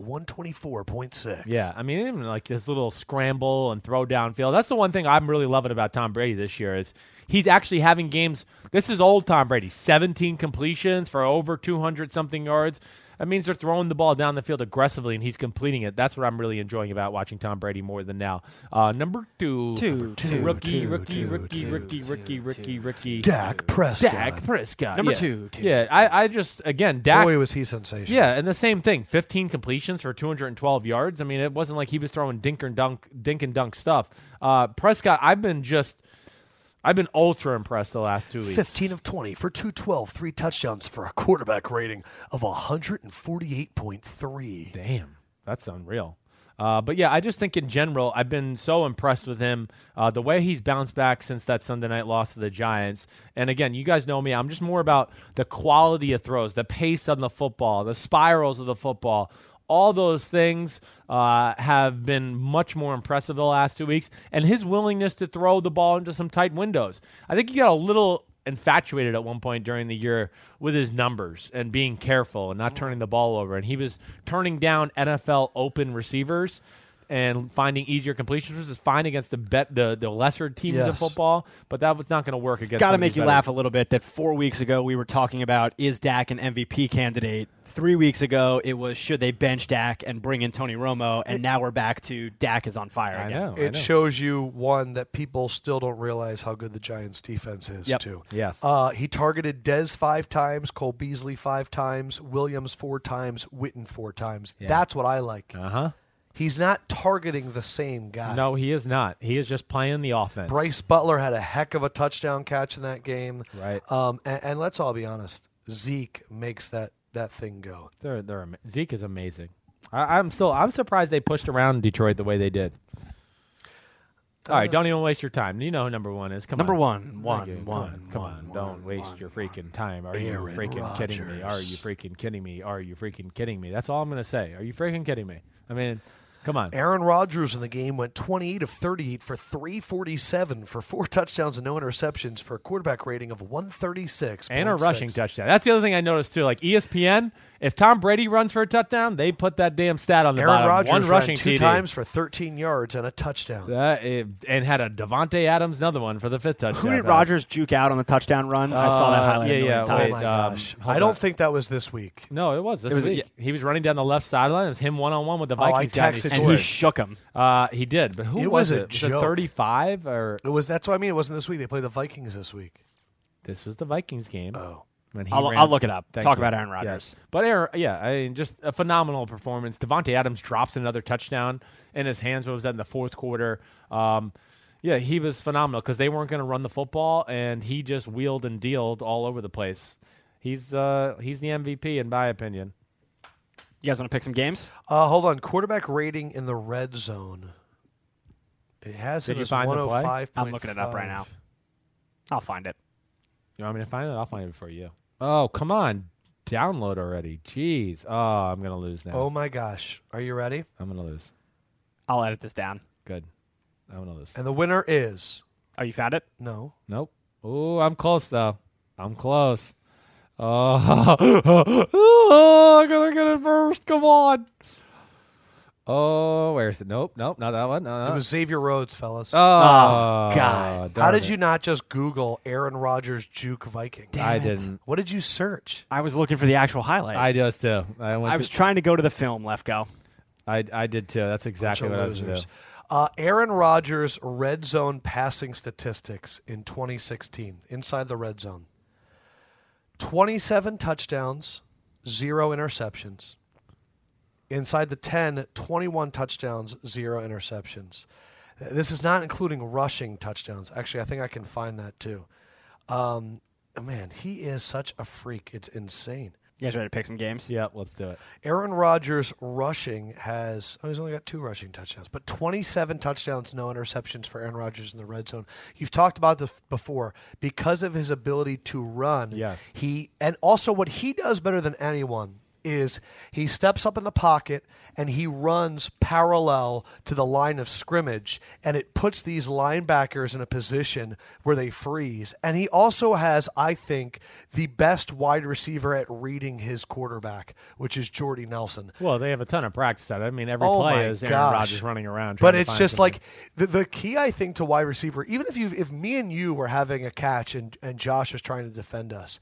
S1: 124.6.
S3: Yeah, I mean, even like this little scramble and throw downfield. That's the one thing I'm really loving about Tom Brady this year is he's actually having games. This is old Tom Brady, 17 completions for over 200 something yards. That means they're throwing the ball down the field aggressively, and he's completing it. That's what I'm really enjoying about watching Tom Brady more than now. Uh, number two,
S2: Two, two,
S3: rookie,
S1: two,
S3: rookie,
S1: two, two,
S3: rookie, rookie, rookie, rookie, rookie,
S1: Dak Prescott.
S3: Dak Prescott,
S2: Number
S3: yeah.
S2: two, two,
S3: yeah. I, I just again, Dak
S1: Boy, was he sensational.
S3: yeah, and the same thing. 15 completions for 212 yards. I mean, it wasn't like he was throwing dink and dunk, dink and dunk stuff. Uh, Prescott, I've been just, I've been ultra impressed the last two weeks.
S1: 15 of 20 for 212, three touchdowns for a quarterback rating of 148.3.
S3: Damn, that's unreal. Uh, but yeah, I just think in general, I've been so impressed with him. Uh, the way he's bounced back since that Sunday night loss to the Giants. And again, you guys know me. I'm just more about the quality of throws, the pace on the football, the spirals of the football. All those things uh, have been much more impressive the last two weeks. And his willingness to throw the ball into some tight windows. I think he got a little infatuated at one point during the year with his numbers and being careful and not turning the ball over. And he was turning down NFL open receivers and finding easier completions, which is fine against the bet the, the lesser teams in
S1: Yes.
S3: football, but that was not going to work against.
S2: Got to
S3: some of
S2: make
S3: these
S2: you
S3: better-
S2: laugh a little bit that four weeks ago we were talking about is Dak an MVP candidate? Three weeks ago it was should they bench Dak and bring in Tony Romo? And now we're back to Dak is on fire
S3: I
S2: again.
S3: know. I
S1: It
S3: know.
S1: shows you, one, that people still don't realize how good the Giants' defense is,
S2: Yep.
S1: too.
S3: Yes.
S1: Uh, he targeted Dez five times, Cole Beasley five times, Williams four times, Witten four times. That's what I like.
S3: Uh huh.
S1: He's not targeting the same guy.
S3: No, he is not. He is just playing the offense.
S1: Bryce Butler had a heck of a touchdown catch in that game.
S3: Right.
S1: Um, and, and let's all be honest, Zeke makes that that thing go.
S3: They're, they're ama- Zeke is amazing. I, I'm still I'm surprised they pushed around Detroit the way they did. All right, don't even waste your time. You know who number one is. Come
S2: Number
S3: on.
S2: one, one,
S3: Come
S2: one,
S3: on, come
S2: one,
S3: on.
S2: one,
S3: don't waste your freaking time. Are
S1: Aaron
S3: you freaking kidding me? Are you
S1: Rodgers.
S3: freaking kidding me? Are you freaking kidding me? That's all I'm gonna say. Are you freaking kidding me? I mean, come on.
S1: Aaron Rodgers in the game went 28 of 38 for 347 for four touchdowns and no interceptions for a quarterback rating of 136.
S3: And a rushing touchdown. That's the other thing I noticed too. Like E ESPN, if Tom Brady runs for a touchdown, they put that damn stat on the
S1: Aaron
S3: bottom.
S1: Rodgers
S3: one
S1: ran
S3: rushing
S1: two
S3: TD.
S1: times for 13 yards and a touchdown.
S3: That- it- and had a Devonte Adams, another one for the fifth touchdown.
S2: Who did
S3: pass.
S2: Rogers juke out on the touchdown run? I saw that
S3: Uh,
S2: highlight.
S3: yeah,
S2: a million
S3: yeah,
S1: oh
S2: times.
S3: wait,
S1: my
S3: um,
S1: gosh.
S3: hold
S1: I don't
S3: on.
S1: think that was this week.
S3: No, it was this
S2: It was-
S3: week. He was running down the left sideline. It was him one on one with the
S1: Oh, I
S3: Vikings. guy, and he
S1: texted
S2: and
S1: you.
S2: he
S1: Jordan.
S2: shook him.
S3: Uh, he did, but who
S1: It was
S3: was,
S1: a
S3: it? Was it
S1: joke.
S3: 35 or
S1: It was that's what I mean. It wasn't this week. They played the Vikings this week.
S3: this was the Vikings game?
S1: Oh.
S3: when he
S2: I'll,
S3: ran-
S2: I'll look it up.
S3: Thank
S2: Talk
S3: you.
S2: about Aaron Rodgers.
S3: Yes. But Aaron, yeah, I mean, just a phenomenal performance. Devontae Adams drops another touchdown in his hands. What was that in the fourth quarter? Um, yeah, he was phenomenal because they weren't going to run the football, and he just wheeled and dealed all over the place. He's uh, he's the MVP in my opinion.
S2: You guys want to pick some games?
S1: Uh, hold on. Quarterback rating in the red zone. It has
S3: Did
S1: it
S3: you
S1: as
S3: find the play?
S1: 105.5.
S2: I'm looking it up right now. I'll find it.
S3: You want me to find it? I'll find it before you. Oh come on, download already. Jeez. Oh, I'm gonna lose now.
S1: Oh my gosh. Are you ready?
S3: I'm gonna lose.
S2: I'll edit this down.
S3: Good. I'm gonna lose.
S1: And the winner is
S2: Oh, you found it?
S1: no.
S3: Nope. Oh, I'm close though. I'm close. Oh, oh, I'm gonna get it first. Come on. Oh, where is it? Nope, nope, not that one.
S2: Uh,
S3: No, no.
S1: It was Xavier Rhodes, fellas.
S3: oh,
S2: God.
S1: How
S3: darn
S1: did
S3: it.
S1: you not just Google Aaron Rodgers Juke Viking?
S3: I didn't.
S1: What did you search?
S2: I was looking for the actual highlight.
S3: I just too. I went.
S2: I
S3: I,
S2: was trying to go to the film, Lefko.
S3: I, I did too. That's exactly
S1: Bunch
S3: what
S1: of
S3: I was doing.
S1: losers. Uh, Aaron Rodgers' red zone passing statistics in 2016 inside the red zone 27 touchdowns, zero interceptions. Inside the 10, 21 touchdowns, zero interceptions. This is not including rushing touchdowns. Actually, I think I can find that too. Um, man, he is such a freak. It's insane.
S2: You guys ready to pick some games?
S3: Yeah, let's do it.
S1: Aaron Rodgers rushing has oh he's only got two rushing touchdowns, but 27 touchdowns, no interceptions for Aaron Rodgers in the red zone. You've talked about this before because of his ability to run.
S3: Yes.
S1: He and also what he does better than anyone is he steps up in the pocket and he runs parallel to the line of scrimmage and it puts these linebackers in a position where they freeze and he also has i think the best wide receiver at reading his quarterback which is jordy nelson
S3: Well, they have a ton of practice at it. I mean, every
S1: Oh my
S3: play is Aaron
S1: gosh.
S3: Rodgers running around. trying
S1: but
S3: to
S1: it's
S3: find
S1: just
S3: somebody.
S1: like the, the key I think to wide receiver, even if you if me and you were having a catch and, and Josh was trying to defend us,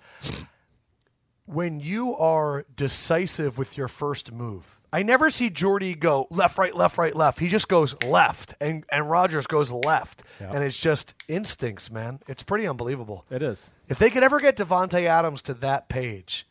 S1: when you are decisive with your first move, I never see Jordy go left, right, left, right, left. He just goes left and, and Rogers goes left. And it's just instincts, man. It's pretty unbelievable.
S3: it is.
S1: If they could ever get Devontae Adams to that page,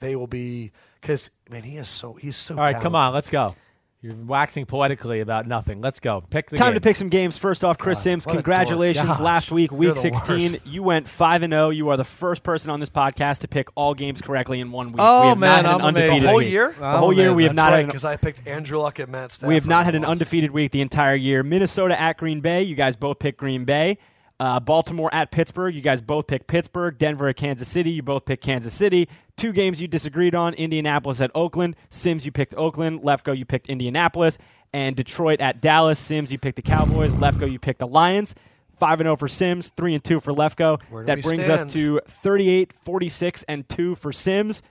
S1: they will be because man, he is so he's so
S3: All right, come on, let's go. You're waxing poetically about nothing. Let's go. Pick the
S2: Time to
S3: games.
S2: pick some games. First off, Chris Sims,
S1: what a dork.
S2: congratulations.
S1: Gosh,
S2: Last week,
S1: you're
S2: week
S1: the
S2: 16,
S1: worst.
S2: you went 5 and 0. You are the first person on this podcast to pick all games correctly in one week.
S3: Oh,
S2: we have
S3: man,
S2: not had an
S3: I'm amazed.
S2: undefeated
S1: The whole
S2: week.
S1: year?
S2: The whole year we have
S1: That's
S2: not
S1: right
S2: had an
S1: because I picked Andrew Luck and Matt Stafford.
S2: We have not had an
S1: once.
S2: undefeated week the entire year. Minnesota at Green Bay, you guys both pick Green Bay. Uh, Baltimore at Pittsburgh, you guys both pick Pittsburgh. Denver at Kansas City, you both pick Kansas City. Two games you disagreed on Indianapolis at Oakland. Sims, you picked Oakland. Lefko, you picked Indianapolis. And Detroit at Dallas. Sims, you picked the Cowboys. Lefko, you picked the Lions. 5 and 0 for Sims, 3 and 2 for Lefko.
S1: Where do
S2: That
S1: we
S2: brings
S1: stand?
S2: us to 38, 46, and 2 for Sims.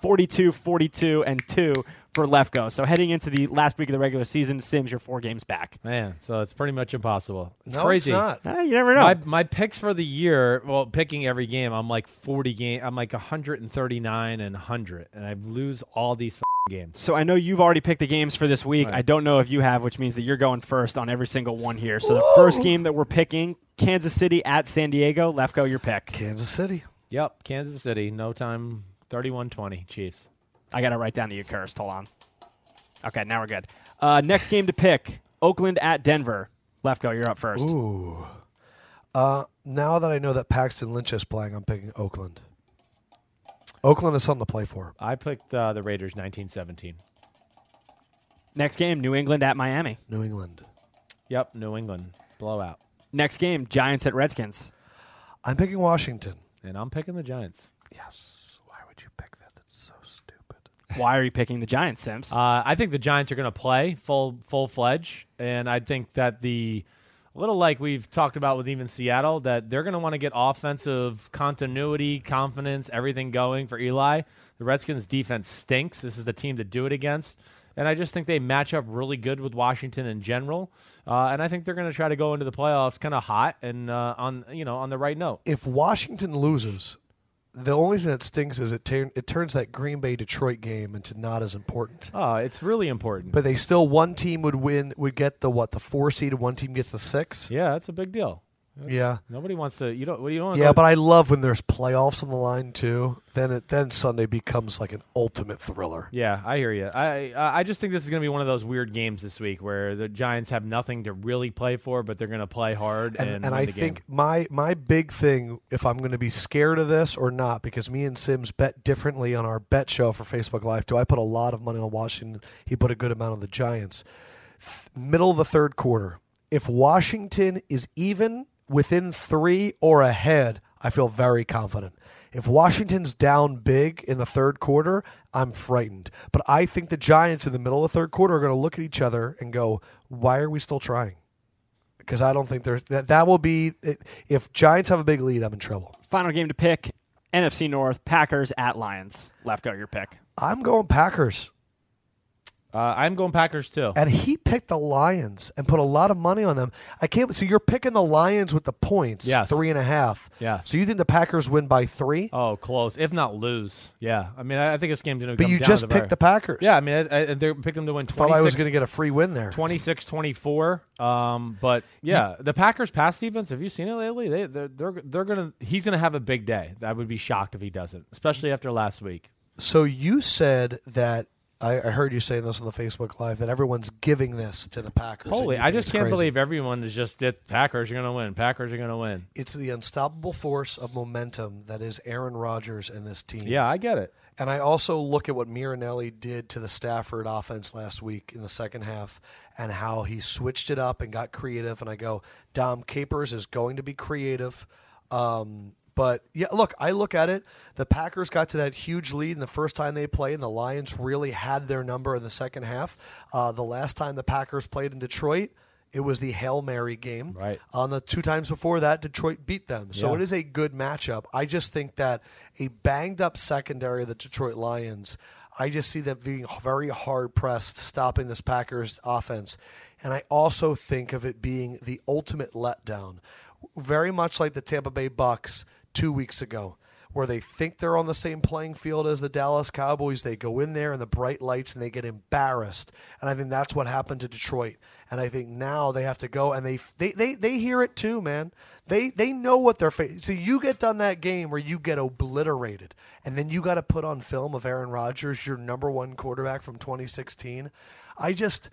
S2: 42, 42, and 2 for Lefko. So heading into the last week of the regular season, Sims, you're four games back.
S3: Man, so it's pretty much impossible. It's
S1: No,
S3: crazy.
S1: It's not.
S2: Ah, you never know.
S3: My, my picks for the year, well, picking every game, I'm like 40 game, I'm like 139 and 100, and I lose all these f***ing games.
S2: so I know you've already picked the games for this week.
S3: Right.
S2: I don't know if you have, which means that you're going first on every single one here. So the first game that we're picking, Kansas City at San Diego. Lefko, your pick.
S1: Kansas City.
S3: Yep, Kansas City, no time, 31-20, Chiefs.
S2: I got to write down the accursed. Hold on. Okay, now we're good. Uh, next game to pick, Oakland at Denver. Lefko, you're up first.
S1: Ooh. Uh, now that I know that Paxton Lynch is playing, I'm picking Oakland. Oakland is something to play for.
S3: I picked uh, the Raiders 1917.
S2: Next game, New England at Miami.
S1: New England.
S3: Yep, New England blowout,
S2: Next game, Giants at Redskins.
S1: I'm picking Washington.
S3: and I'm picking the Giants.
S5: Yes. Why would you pick that? That's so stupid.
S2: Why are you picking the Giants, Sims?
S3: Uh, I think the Giants are going to play full full fledged, and I think that the a little like we've talked about with even Seattle that they're going to want to get offensive continuity, confidence, everything going for Eli. The Redskins defense stinks. This is the team to do it against. And I just think they match up really good with Washington in general, uh, and I think they're going to try to go into the playoffs kind of hot and uh, on you know on the right note.
S1: If Washington loses, the only thing that stinks is it, turn it turns that Green Bay Detroit game into not as important.
S3: Oh, it's really important.
S1: But they still, one team would win, would get the what, the four seed, and one team gets the six?
S3: yeah, that's a big deal.
S1: Yeah.
S3: Nobody wants to. You don't. What do you want?
S1: Yeah, but I love when there's playoffs on the line too. Then it then Sunday becomes like an ultimate thriller.
S3: Yeah, I hear you. I I I just think this is going to be one of those weird games this week where the Giants have nothing to really play for, but they're going to play hard and,
S1: And, and,
S3: win
S1: I
S3: the
S1: think
S3: game.
S1: my my big thing, if I'm going to be scared of this or not, because me and Sims bet differently on our bet show for Facebook Live. Do I put a lot of money on Washington? He put a good amount on the Giants. Th- middle of the third quarter, if Washington is even within three or ahead, I feel very confident. If Washington's down big in the third quarter, I'm frightened. But I think the Giants in the middle of the third quarter are going to look at each other and go, "Why are we still trying?" because I don't think there's that. That will be if Giants have a big lead, I'm in trouble.
S2: Final game to pick NFC North, Packers at Lions. Lefko, your pick.
S1: I'm going Packers.
S3: Uh, I'm going Packers too.
S1: and he picked the Lions and put a lot of money on them. I can't. So you're picking the Lions with the points,
S3: Yes.
S1: three and a half.
S3: Yes.
S1: So you think the Packers win by three?
S3: Oh, close. If not lose. Yeah. I mean, I, I think this game's going to
S1: but
S3: come
S1: you
S3: down
S1: just
S3: to
S1: picked
S3: very-
S1: the Packers.
S3: Yeah, I mean, I, I, they picked them to win
S1: Thought I was
S3: 26,
S1: going to get a free win there.
S3: 26 24. Um, but yeah, the Packers pass defense, have you seen it lately? They they're they're, they're going to he's going to have a big day. I would be shocked if he doesn't, especially after last week.
S1: So you said that I, I heard you saying this on the Facebook Live that everyone's giving this to the Packers. and
S3: Holy,
S1: you
S3: I
S1: think
S3: just
S1: it's
S3: can't
S1: crazy.
S3: believe everyone is just that Packers are going to win. Packers are going to win.
S1: it's the unstoppable force of momentum that is Aaron Rodgers and this team.
S3: Yeah, I get it.
S1: And I also look at what Mirinelli did to the Stafford offense last week in the second half and how he switched it up and got creative. And I go, Dom Capers is going to be creative. Um, but yeah, look, I look at it. The Packers got to that huge lead in the first time they played, and the Lions really had their number in the second half. Uh, the last time the Packers played in Detroit, it was the Hail Mary game.
S3: Right.
S1: On the two times before that, Detroit beat them. So
S3: Yeah.
S1: it is a good matchup. I just think that a banged up secondary of the Detroit Lions, I just see them being very hard pressed stopping this Packers offense. And I also think of it being the ultimate letdown, very much like the Tampa Bay Bucks two weeks ago. Where they think they're on the same playing field as the Dallas Cowboys. They go in there in the bright lights and they get embarrassed. And I think that's what happened to Detroit. And I think now they have to go and they they they, they hear it too, man. They they know what they're facing. So you get done that game where you get obliterated, and then you got to put on film of Aaron Rodgers, your number one quarterback from 2016. I just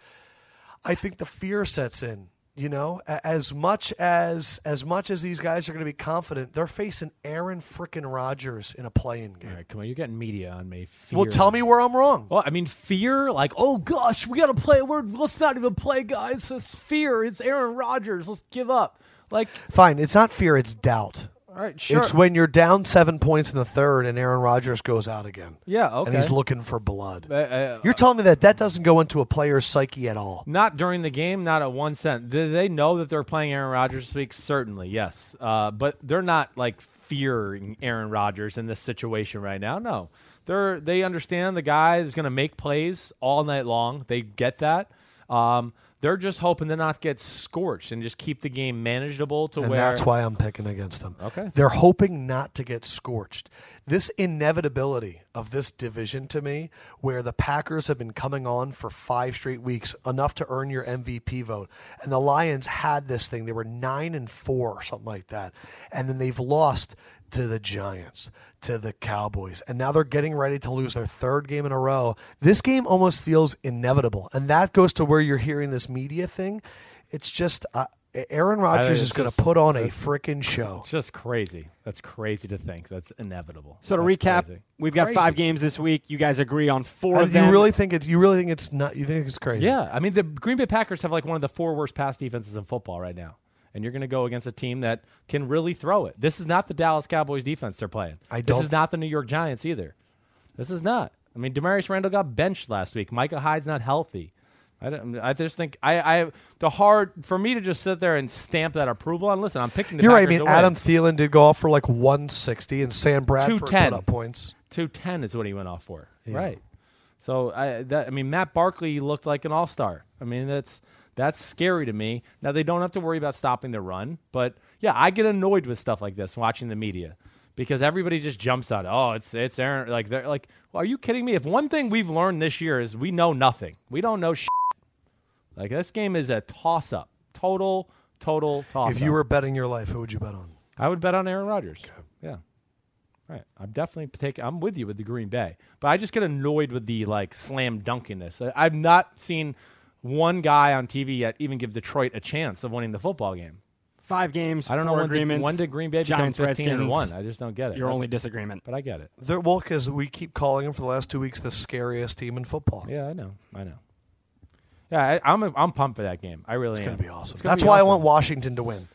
S1: I think the fear sets in. You know, A- as much as as much as these guys are going to be confident, they're facing Aaron frickin' Rodgers in a play-in game.
S3: All right, come on. You're getting media on me. Fear.
S1: Well, tell me where I'm wrong.
S3: Well, I mean, fear, like, oh gosh, we got to play. We're, let's not even play, guys. It's fear. It's Aaron Rodgers. Let's give up. Like,
S1: Fine, it's not fear, it's doubt.
S3: all right, sure.
S1: It's when you're down seven points in the third and Aaron Rodgers goes out again.
S3: Yeah,
S1: And he's
S3: okay.
S1: looking for blood.
S3: Uh, uh,
S1: you're telling me that that doesn't go into a player's psyche at all.
S3: Not during the game, not at one cent. Do they know that they're playing Aaron Rodgers this week? Certainly, yes. Uh, but they're not like fearing Aaron Rodgers in this situation right now. No, they're they understand the guy is going to make plays all night long. They get that. Um, they're just hoping to not get scorched and just keep the game manageable to
S1: And
S3: where
S1: that's why I'm picking against them.
S3: Okay.
S1: They're hoping not to get scorched. This inevitability of this division to me, where the Packers have been coming on for five straight weeks, enough to earn your MVP vote. And the Lions had this thing. They were nine and four or something like that. And then they've lost to the Giants, to the Cowboys. And now they're getting ready to lose their third game in a row. This game almost feels inevitable. And that goes to where you're hearing this media thing. It's just. Uh, Aaron Rodgers
S3: it's
S1: is going to
S3: just-
S1: put on a freaking show.
S3: It's just crazy. That's crazy to think. That's inevitable.
S2: So to
S3: That's
S2: recap,
S3: crazy.
S2: we've got five games this week. You guys agree on four
S1: How
S2: of
S1: do
S2: them.
S1: you really think it's you really think it's not you think it's crazy?
S3: Yeah, I mean the Green Bay Packers have like one of the four worst pass defenses in football right now, and you're going to go against a team that can really throw it. This is not the Dallas Cowboys defense they're playing.
S1: I
S3: This
S1: don't-
S3: is not the New York Giants either. This is not. I mean, Demarius Randall got benched last week. Micah Hyde's not healthy. I, don't, I just think I, I the hard for me to just sit there and stamp that approval on. Listen, I'm picking the
S1: You're right. I
S3: Packers
S1: mean,
S3: to win.
S1: Adam Thielen did go off for like 160, and Sam Bradford put
S3: 210.
S1: up points.
S3: two ten is what he went off for. Right. So I that I mean Matt Barkley looked like an all star. I mean that's that's scary to me. Now they don't have to worry about stopping the run, but yeah, I get annoyed with stuff like this watching the media because everybody just jumps on it. Oh, it's it's Aaron. Like they're like, well, are you kidding me? If one thing we've learned this year is we know nothing. We don't know. Shit. Like this game is a toss up. Total, total toss.
S1: If you were betting your life, who would you bet on?
S3: I would bet on Aaron Rodgers. Yeah. Right. I'm definitely taking I'm with you with the Green Bay. But I just get annoyed with the like slam dunkiness. I, I've not seen one guy on TV yet even give Detroit a chance of winning the football game.
S2: Five games.
S3: I don't know
S2: four
S3: when did,
S2: agreements.
S3: when did Green Bay
S2: Giants,
S3: become 15
S2: Redskins,
S3: and 1? I just don't get it.
S2: Your
S3: That's-
S2: only disagreement.
S3: but I get it.
S1: They're, well, because we keep calling him for the last two weeks the scariest team in football.
S3: Yeah, I know. I know. Yeah, I, I'm I'm pumped for that game. I really
S1: It's
S3: am.
S1: going to be awesome.
S3: It's gonna
S1: That's
S3: be
S1: why
S3: awesome.
S1: I want Washington to win.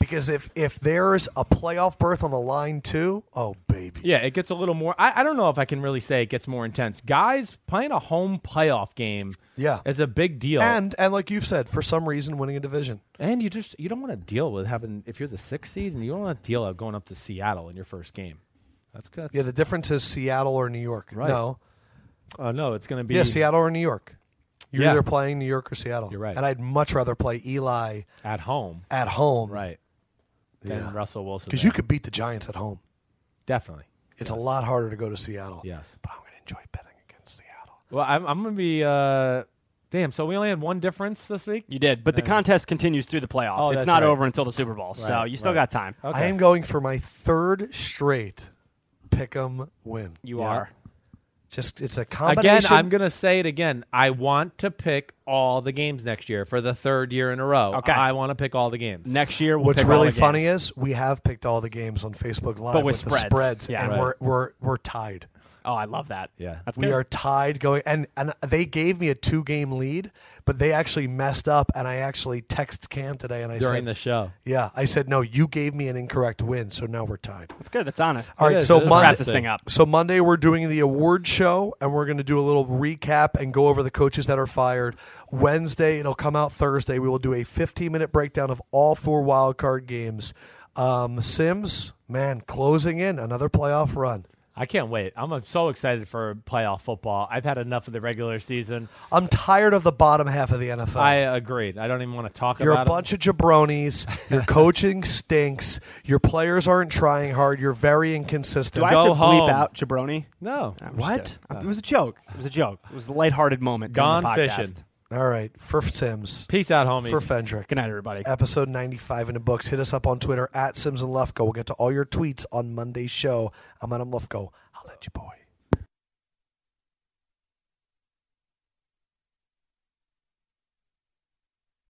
S1: Because if if there's a playoff berth on the line too, oh baby,
S3: Yeah, it gets a little more. I, I don't know if I can really say it gets more intense. Guys playing a home playoff game
S1: Yeah.
S3: is a big deal.
S1: and and like you've said, for some reason, winning a division.
S3: And you just you don't want to deal with having if you're the sixth seed and you don't want to deal with going up to Seattle in your first game. That's good.
S1: Yeah, the difference is Seattle or New York.
S3: Right.
S1: No,
S3: oh no, it's going to be
S1: yeah, Seattle or New York. You're
S3: Yeah.
S1: either playing New York or Seattle.
S3: You're right.
S1: And I'd much rather play Eli
S3: at home,
S1: at home,
S3: right? Than Russell Wilson
S1: Because
S3: there.
S1: you could beat the Giants at home.
S3: definitely
S1: It's a lot harder to go to Seattle.
S3: yes.
S5: But I'm going to enjoy betting against Seattle.
S3: Well, I'm, I'm gonna be. Uh, damn. So we only had one difference this week.
S2: You did, but the contest continues through the playoffs.
S3: Oh,
S2: it's
S3: that's
S2: not
S3: right.
S2: over until the Super Bowl, so
S3: Right,
S2: you still
S3: right.
S2: got time.
S3: Okay.
S1: I am going for my third straight pick'em win.
S2: You
S3: Yeah.
S2: are.
S1: Just it's a combination.
S3: Again, I'm going to say it again. I want to pick all the games next year for the third year in a row.
S2: Okay.
S3: I want to pick all the games.
S2: Next year, we'll
S1: What's
S2: pick all
S1: really
S2: the
S1: funny
S2: games.
S1: is we have picked all the games on Facebook Live
S2: with
S1: the
S2: spreads.
S1: spreads,
S2: Yeah,
S1: and
S3: right.
S1: we're we're we're tied.
S2: oh, I love that.
S3: Yeah.
S2: that's
S1: We
S2: good.
S1: are tied going, and and they gave me a two game lead, but they actually messed up, and I actually text Cam today, and I
S3: during
S1: said,
S3: the show.
S1: "Yeah, I said no, you gave me an incorrect win, so now we're tied."
S2: That's good. That's honest.
S1: All right,
S3: is,
S1: so
S3: it is
S2: Let's wrap
S1: Monday,
S2: this thing up.
S1: so Monday we're doing the award show, and we're going to do a little recap and go over the coaches that are fired. Wednesday it'll come out Thursday. We will do a 15 minute breakdown of all four wild card games. Um, Sims, man, closing in another playoff run.
S3: I can't wait. I'm uh, so excited for playoff football. I've had enough of the regular season.
S1: I'm tired of the bottom half of the NFL.
S3: I agreed. I don't even want to talk
S1: You're a
S3: about
S1: bunch of jabronis. Your coaching stinks. Your players aren't trying hard. You're very inconsistent.
S2: Do I have
S3: Go
S2: to
S3: home.
S2: bleep out Jabroni?
S3: it. No.
S2: I'm just
S1: What?
S2: kidding. Uh, it was a joke. It was a joke. It was a lighthearted moment. during
S3: Gone
S2: the podcast.
S3: fishing.
S1: All right, for Sims,
S3: Peace out, homies.
S1: for Fendrick.
S2: Good night, everybody.
S1: episode 95 in the books. Hit us up on Twitter at Sims and Lefko. We'll get to all your tweets on Monday's show. I'm Adam Lefko. I'll let you boys.